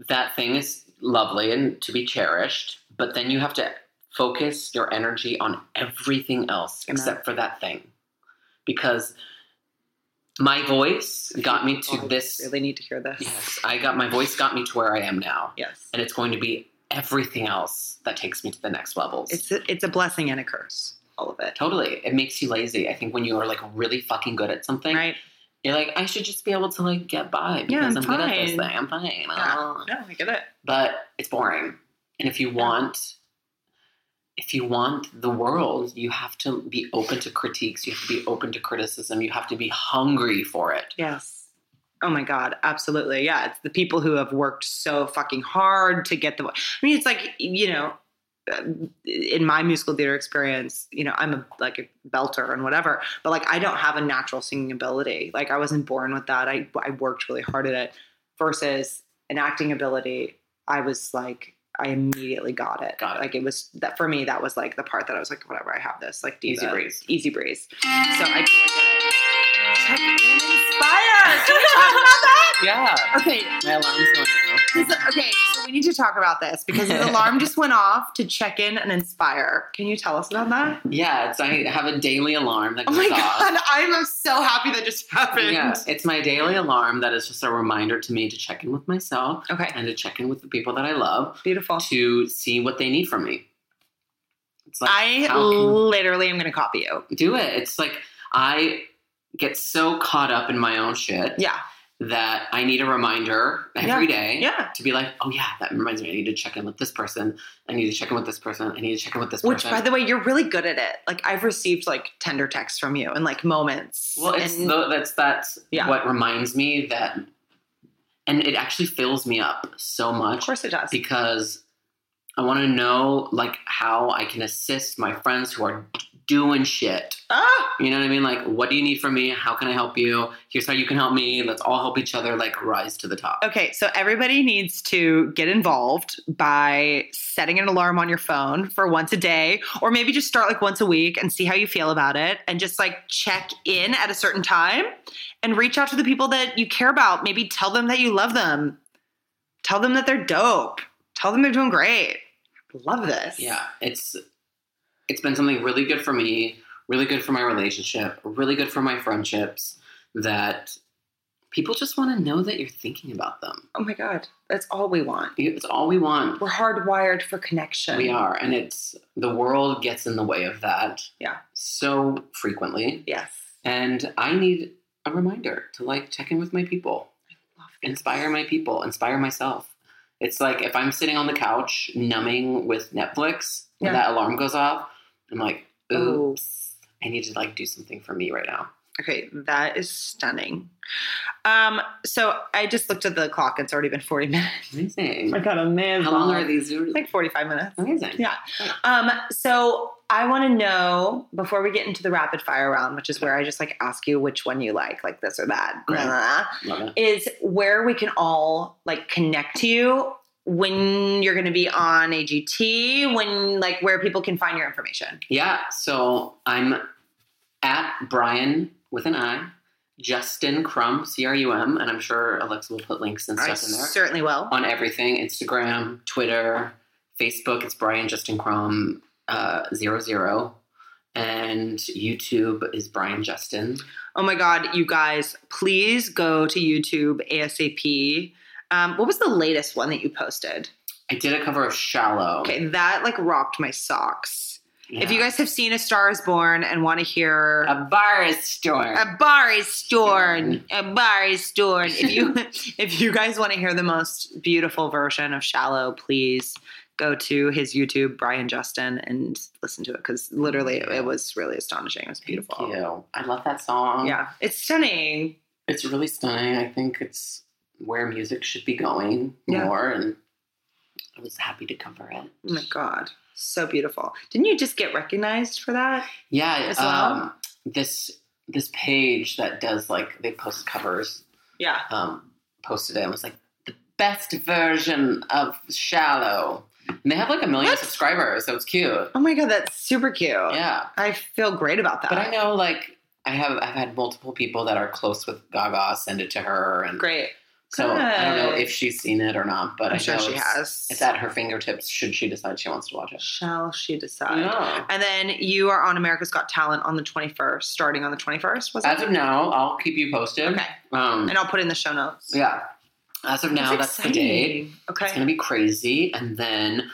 Speaker 3: that thing is lovely and to be cherished. But then you have to focus your energy on everything else
Speaker 2: Amen.
Speaker 3: except for that thing, because my voice got me to
Speaker 2: Oh, I
Speaker 3: this.
Speaker 2: Really need to hear this.
Speaker 3: Yes, I got my voice got me to where I am now,
Speaker 2: Yes.
Speaker 3: and it's going to be everything else that takes me to the next levels.
Speaker 2: It's a, it's a blessing and a curse, all of it.
Speaker 3: totally. It makes you lazy. I think when you are like really fucking good at something,
Speaker 2: Right?
Speaker 3: you're like, I should just be able to like get by because
Speaker 2: Yeah, I'm
Speaker 3: I'm, good at this
Speaker 2: fine.
Speaker 3: thing. I'm fine. Uh,
Speaker 2: No, I get it.
Speaker 3: But it's boring, and if you want. If you want the world, you have to be open to critiques. You have to be open to criticism. You have to be hungry for it.
Speaker 2: Yes. Oh my God, absolutely. Yeah. It's the people who have worked so fucking hard to get the. I mean, it's like, you know, uh, in my musical theater experience, you know, I'm a like a belter and whatever, but like I don't have a natural singing ability. Like I wasn't born with that. I, I worked really hard at it versus an acting ability. I was like, I immediately got it.
Speaker 3: Got it.
Speaker 2: Like it was that for me, that was like the part that I was like, whatever, I have this. Like
Speaker 3: Easy
Speaker 2: diva,
Speaker 3: breeze.
Speaker 2: Easy breeze. So I totally get it. Check in inspire. Can we talk about that?
Speaker 3: Yeah,
Speaker 2: Okay.
Speaker 3: my alarm's going now.
Speaker 2: this- okay, so we need to talk about this because the alarm just went off to check in and inspire. Can you tell us about that?
Speaker 3: Yeah, it's I have a daily alarm that
Speaker 2: Oh
Speaker 3: goes
Speaker 2: my
Speaker 3: off.
Speaker 2: god, I'm so happy that just happened.
Speaker 3: Yeah, it's my daily alarm that is just a reminder to me to check in with myself
Speaker 2: Okay.
Speaker 3: and to check in with the people that I love
Speaker 2: Beautiful.
Speaker 3: to see what they need from me. It's like
Speaker 2: I
Speaker 3: how can
Speaker 2: literally am gonna copy you.
Speaker 3: you do it. It's like I get so caught up in my own shit
Speaker 2: Yeah.
Speaker 3: that I need a reminder every day
Speaker 2: Yeah.
Speaker 3: to be like, oh yeah, that reminds me. I need to check in with this person. I need to check in with this person. I need to check in with this
Speaker 2: Which
Speaker 3: person.
Speaker 2: by the way, you're really good at it. Like I've received like tender texts from you and like moments.
Speaker 3: Well, it's
Speaker 2: and
Speaker 3: tho- that's that's
Speaker 2: Yeah.
Speaker 3: what reminds me that, and it actually fills me up so
Speaker 2: of
Speaker 3: much
Speaker 2: course it does.
Speaker 3: because I want to know like how I can assist my friends who are doing shit.
Speaker 2: Ah,
Speaker 3: You know what I mean? Like, what do you need from me? How can I help you? Here's how you can help me. Let's all help each other, like, rise to the top.
Speaker 2: okay. So everybody needs to get involved by setting an alarm on your phone for once a day, or maybe just start like once a week and see how you feel about it, and just like check in at a certain time, and reach out to the people that you care about. Maybe tell them that you love them, tell them that they're dope, tell them they're doing great. Love this.
Speaker 3: Yeah, it's it's been something really good for me, really good for my relationship, really good for my friendships that people just want to know that you're thinking about them.
Speaker 2: Oh my god, that's all we want.
Speaker 3: It's all we want.
Speaker 2: We're hardwired for connection.
Speaker 3: We are, and it's the world gets in the way of that.
Speaker 2: Yeah.
Speaker 3: So frequently.
Speaker 2: Yes.
Speaker 3: And I need a reminder to like check in with my people,
Speaker 2: Love this.
Speaker 3: inspire my people, inspire myself. It's like if I'm sitting on the couch numbing with Netflix
Speaker 2: Yeah.
Speaker 3: and that alarm goes off, I'm like,
Speaker 2: Oh.
Speaker 3: oops, I need to like do something for me right now.
Speaker 2: Okay, that is stunning. Um, so I just looked at the clock; it's already been forty minutes.
Speaker 3: Amazing.
Speaker 2: got a man.
Speaker 3: How long are these?
Speaker 2: Like forty-five minutes.
Speaker 3: Amazing.
Speaker 2: Yeah. Um, so I want to know before we get into the rapid fire round, which is where I just like ask you which one you like, like this or that.
Speaker 3: Right.
Speaker 2: blah, blah, blah,
Speaker 3: Love it.
Speaker 2: Is where we can all like connect to you when you're going to be on AGT, when like where people can find your information.
Speaker 3: Yeah. So I'm at Brian with an I, Justin Crum, C R U M, and I'm sure Alexa will put links and
Speaker 2: I
Speaker 3: stuff in there.
Speaker 2: certainly will.
Speaker 3: on everything Instagram, Twitter, Facebook. It's Brian Justin Crom uh, zero zero, and YouTube is Brian Justin.
Speaker 2: Oh my God, you guys, please go to YouTube ASAP. Um, what was the latest one that you posted?
Speaker 3: I did a cover of Shallow.
Speaker 2: Okay, that like rocked my socks.
Speaker 3: Yeah.
Speaker 2: If you guys have seen A Star is Born and want to hear
Speaker 3: a virus store.
Speaker 2: a bar is storn, a bar is storn. If you if you guys want to hear the most beautiful version of Shallow, please go to his YouTube, Brian Justin, and listen to it because literally it, it was really astonishing. It was beautiful.
Speaker 3: Thank you. I love that song.
Speaker 2: Yeah, it's stunning.
Speaker 3: It's really stunning. I think it's where music should be going
Speaker 2: Yeah.
Speaker 3: more, and I was happy to cover it.
Speaker 2: Oh my god, so beautiful! Didn't you just get recognized for that?
Speaker 3: Yeah,
Speaker 2: As well?
Speaker 3: um, this this page that does like they post covers
Speaker 2: Yeah,
Speaker 3: um, posted it and was like the best version of Shallow, and they have like a million
Speaker 2: What?
Speaker 3: subscribers, so it's cute.
Speaker 2: Oh my god, that's super cute.
Speaker 3: Yeah,
Speaker 2: I feel great about that.
Speaker 3: but I know like I have I've had multiple people that are close with Gaga send it to her, and
Speaker 2: Great.
Speaker 3: so I don't know
Speaker 2: Good.
Speaker 3: if she's seen it or not, but
Speaker 2: I'm
Speaker 3: I
Speaker 2: sure
Speaker 3: know
Speaker 2: she
Speaker 3: it's,
Speaker 2: has.
Speaker 3: It's at her fingertips should she decide she wants to watch it.
Speaker 2: Shall she decide?
Speaker 3: Yeah.
Speaker 2: And then you are on America's Got Talent on the 21st, starting on the 21st. Was
Speaker 3: As
Speaker 2: that
Speaker 3: of now, I'll keep you posted.
Speaker 2: okay?
Speaker 3: Um,
Speaker 2: And I'll put in the show notes.
Speaker 3: yeah. As of now, that's the date. It's
Speaker 2: Okay.
Speaker 3: gonna be crazy, and then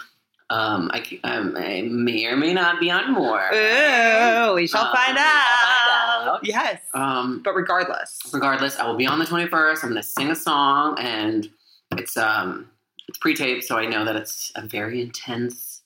Speaker 3: um, I, c- um, I may or may not be on more.
Speaker 2: Oh, we shall
Speaker 3: Um,
Speaker 2: find,
Speaker 3: we shall
Speaker 2: out.
Speaker 3: find out.
Speaker 2: Yes.
Speaker 3: Um,
Speaker 2: but regardless,
Speaker 3: regardless, I will be on the twenty first. I'm gonna sing a song, and it's um, it's pre taped, so I know that it's a very intense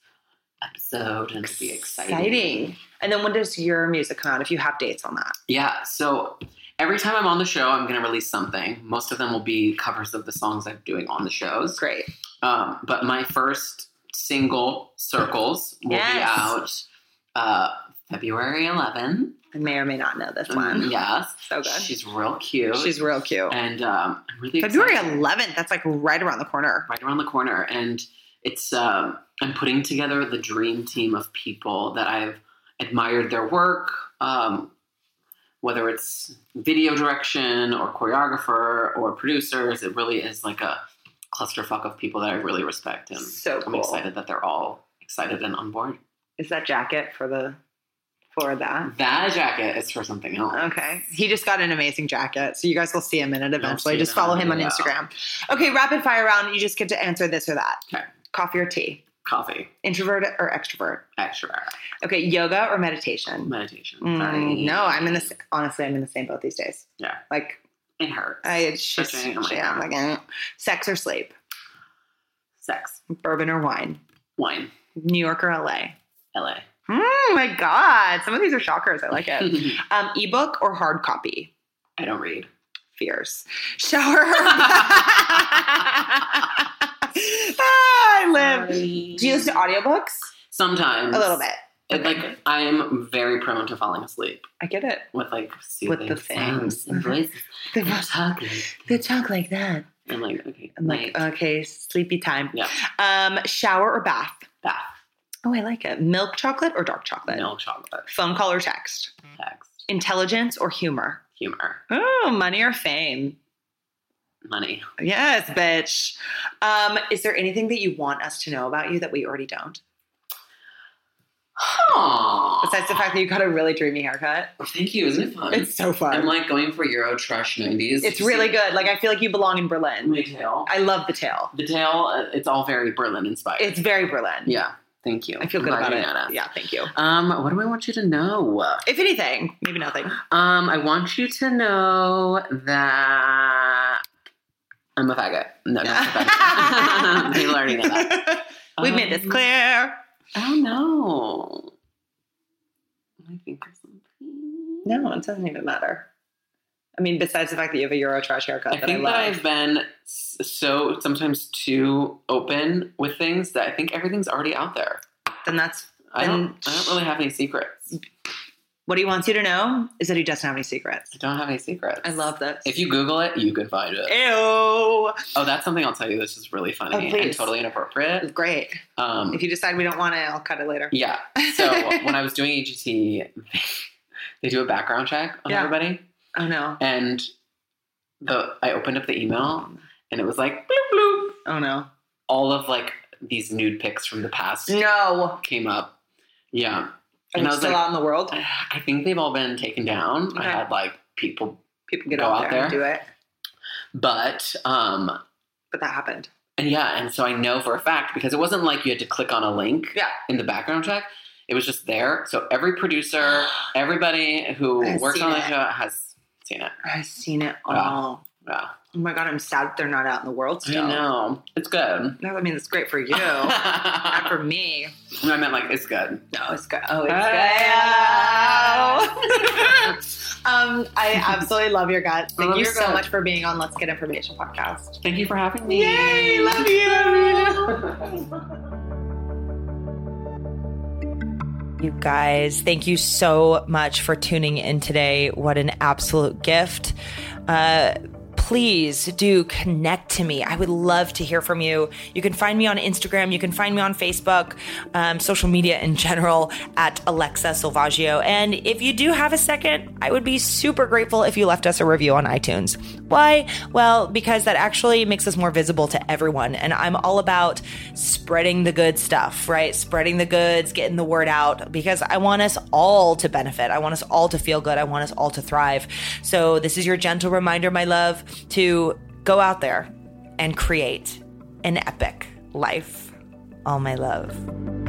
Speaker 3: episode, and it'll be exciting.
Speaker 2: Exciting. And then when does your music come out? If you have dates on that,
Speaker 3: Yeah. So every time I'm on the show, I'm gonna release something. Most of them will be covers of the songs I'm doing on the shows.
Speaker 2: great.
Speaker 3: Um, but my first single, Circles, will be
Speaker 2: Yes.
Speaker 3: out uh, February 11th.
Speaker 2: I may or may not know this
Speaker 3: Mm,
Speaker 2: one.
Speaker 3: Yes.
Speaker 2: So good.
Speaker 3: She's real cute.
Speaker 2: She's real cute.
Speaker 3: and um, I'm really
Speaker 2: February
Speaker 3: excited.
Speaker 2: 11th. That's like right around the corner.
Speaker 3: right around the corner. And it's um, I'm putting together the dream team of people that I've admired their work, um, whether it's video direction or choreographer or producers. It really is like a clusterfuck of people that I really respect, and
Speaker 2: So
Speaker 3: I'm
Speaker 2: cool.
Speaker 3: excited that they're all excited and on board.
Speaker 2: Is that jacket for the for that?
Speaker 3: That jacket is for something else.
Speaker 2: Okay. He just got an amazing jacket. So you guys will see him in it eventually.
Speaker 3: see
Speaker 2: Just
Speaker 3: it
Speaker 2: follow
Speaker 3: on
Speaker 2: him on
Speaker 3: video.
Speaker 2: Instagram. Okay, rapid fire round. You just get to answer this or that.
Speaker 3: Okay.
Speaker 2: Coffee or tea?
Speaker 3: Coffee,
Speaker 2: Introvert or extrovert?
Speaker 3: extra
Speaker 2: Okay, yoga or meditation?
Speaker 3: meditation.
Speaker 2: Mm,
Speaker 3: Sorry.
Speaker 2: no, I'm in this honestly, I'm in the same boat these days.
Speaker 3: Yeah.
Speaker 2: Like
Speaker 3: It hurts.
Speaker 2: I it's just
Speaker 3: Stretching, I'm like,
Speaker 2: yeah, I'm like eh. sex or sleep?
Speaker 3: Sex,
Speaker 2: Bourbon or wine?
Speaker 3: wine,
Speaker 2: New York or LA?
Speaker 3: LA.
Speaker 2: Oh my god. Some of these are shockers. I like it. Um, ebook or hard copy?
Speaker 3: I don't read.
Speaker 2: Fierce. Shower. or- Ah, I live. Do you listen to audiobooks?
Speaker 3: Sometimes
Speaker 2: A little bit.
Speaker 3: It, like I am very prone to falling asleep
Speaker 2: I get it.
Speaker 3: with like
Speaker 2: With
Speaker 3: soothing
Speaker 2: the
Speaker 3: sounds and voices.
Speaker 2: They,
Speaker 3: and chocolate.
Speaker 2: they talk like that.
Speaker 3: I'm like okay,
Speaker 2: I'm like, uh,
Speaker 3: night,
Speaker 2: okay, sleepy time.
Speaker 3: Yeah.
Speaker 2: Um, shower or bath?
Speaker 3: bath,
Speaker 2: Oh, I like it. Milk chocolate or dark chocolate?
Speaker 3: milk, chocolate,
Speaker 2: Phone call or text?
Speaker 3: text,
Speaker 2: Intelligence or humor?
Speaker 3: humor,
Speaker 2: Oh, money or fame?
Speaker 3: money.
Speaker 2: Yes, bitch. Um, is there anything that you want us to know about you that we already don't?
Speaker 3: Aww.
Speaker 2: Besides the fact that you got a really dreamy haircut,
Speaker 3: Thank you. Isn't it fun?
Speaker 2: it's so
Speaker 3: I'm
Speaker 2: fun.
Speaker 3: Um, like going for Euro trash 90s.
Speaker 2: It's really good. Like I feel like you belong in Berlin.
Speaker 3: My tail.
Speaker 2: I love the tail.
Speaker 3: The tail. uh, It's all very Berlin inspired.
Speaker 2: It's very Berlin.
Speaker 3: yeah. Thank you.
Speaker 2: I feel
Speaker 3: I'm
Speaker 2: good
Speaker 3: glad
Speaker 2: about
Speaker 3: you
Speaker 2: it.
Speaker 3: noticed.
Speaker 2: Yeah, thank you.
Speaker 3: Um, what do I want you to know?
Speaker 2: If anything, maybe nothing.
Speaker 3: Um, I want you to know that I'm a faggot. No, not a faggot. People already know that.
Speaker 2: We've made this
Speaker 3: Um,
Speaker 2: clear.
Speaker 3: Oh no. I think of something.
Speaker 2: No, it doesn't even matter. I mean, besides the fact that you have a Euro trash haircut
Speaker 3: I think that
Speaker 2: that I love.
Speaker 3: I've been s- so sometimes too open with things that I think everything's already out there.
Speaker 2: then that's
Speaker 3: I don't,
Speaker 2: And-
Speaker 3: I don't really have any secrets.
Speaker 2: what he wants you to know is that he doesn't have any secrets.
Speaker 3: I don't have any secrets.
Speaker 2: I love this.
Speaker 3: If you Google it, you can find it.
Speaker 2: Ew.
Speaker 3: Oh, that's something I'll tell you. This is really funny
Speaker 2: Oh, please.
Speaker 3: and totally inappropriate.
Speaker 2: Great.
Speaker 3: Um,
Speaker 2: If you decide we don't want it, I'll cut it later.
Speaker 3: yeah. So when I was doing AGT, they do a background check on
Speaker 2: Yeah.
Speaker 3: everybody,
Speaker 2: oh no.
Speaker 3: and the I opened up the email and it was like bloop bloop.
Speaker 2: Oh no.
Speaker 3: All of like these nude pics from the past
Speaker 2: No.
Speaker 3: came up. Yeah.
Speaker 2: Are
Speaker 3: And
Speaker 2: you
Speaker 3: I was
Speaker 2: still
Speaker 3: like,
Speaker 2: out in the world?
Speaker 3: I think they've all been taken down. I
Speaker 2: Okay.
Speaker 3: had like people,
Speaker 2: People get
Speaker 3: go
Speaker 2: out
Speaker 3: out
Speaker 2: there, and do it.
Speaker 3: but um,
Speaker 2: But that happened.
Speaker 3: And yeah, and so I know for a fact because it wasn't like you had to click on a link
Speaker 2: Yeah.
Speaker 3: in the background check. It was just there. So every producer, everybody who
Speaker 2: Has
Speaker 3: works
Speaker 2: seen
Speaker 3: on the
Speaker 2: it.
Speaker 3: show has seen it.
Speaker 2: I've seen it all.
Speaker 3: Wow.
Speaker 2: Oh my god, I'm sad that they're not out in the world still.
Speaker 3: I know. It's good.
Speaker 2: No, I mean it's great for you. Not
Speaker 3: I
Speaker 2: for me.
Speaker 3: meant like it's good.
Speaker 2: No, it's good. Oh,
Speaker 3: it's
Speaker 2: good. um, I absolutely love your guts. Thank
Speaker 3: Love
Speaker 2: you
Speaker 3: your
Speaker 2: so
Speaker 3: guts.
Speaker 2: much for being on Let's Get Information podcast.
Speaker 3: Thank you for having me.
Speaker 2: Yay, love you.
Speaker 1: You guys, thank you so much for tuning in today. What an absolute gift. Uh, please do connect to me. I would love to hear from you. You can find me on Instagram, you can find me on Facebook, um, social media in general at Alexa Silvaggio. And if you do have a second, I would be super grateful if you left us a review on iTunes. Why? Well, because that actually makes us more visible to everyone. And I'm all about spreading the good stuff, right? Spreading the goods, getting the word out, because I want us all to benefit. I want us all to feel good. I want us all to thrive. So, this is your gentle reminder, my love, to go out there and create an epic life. All my love.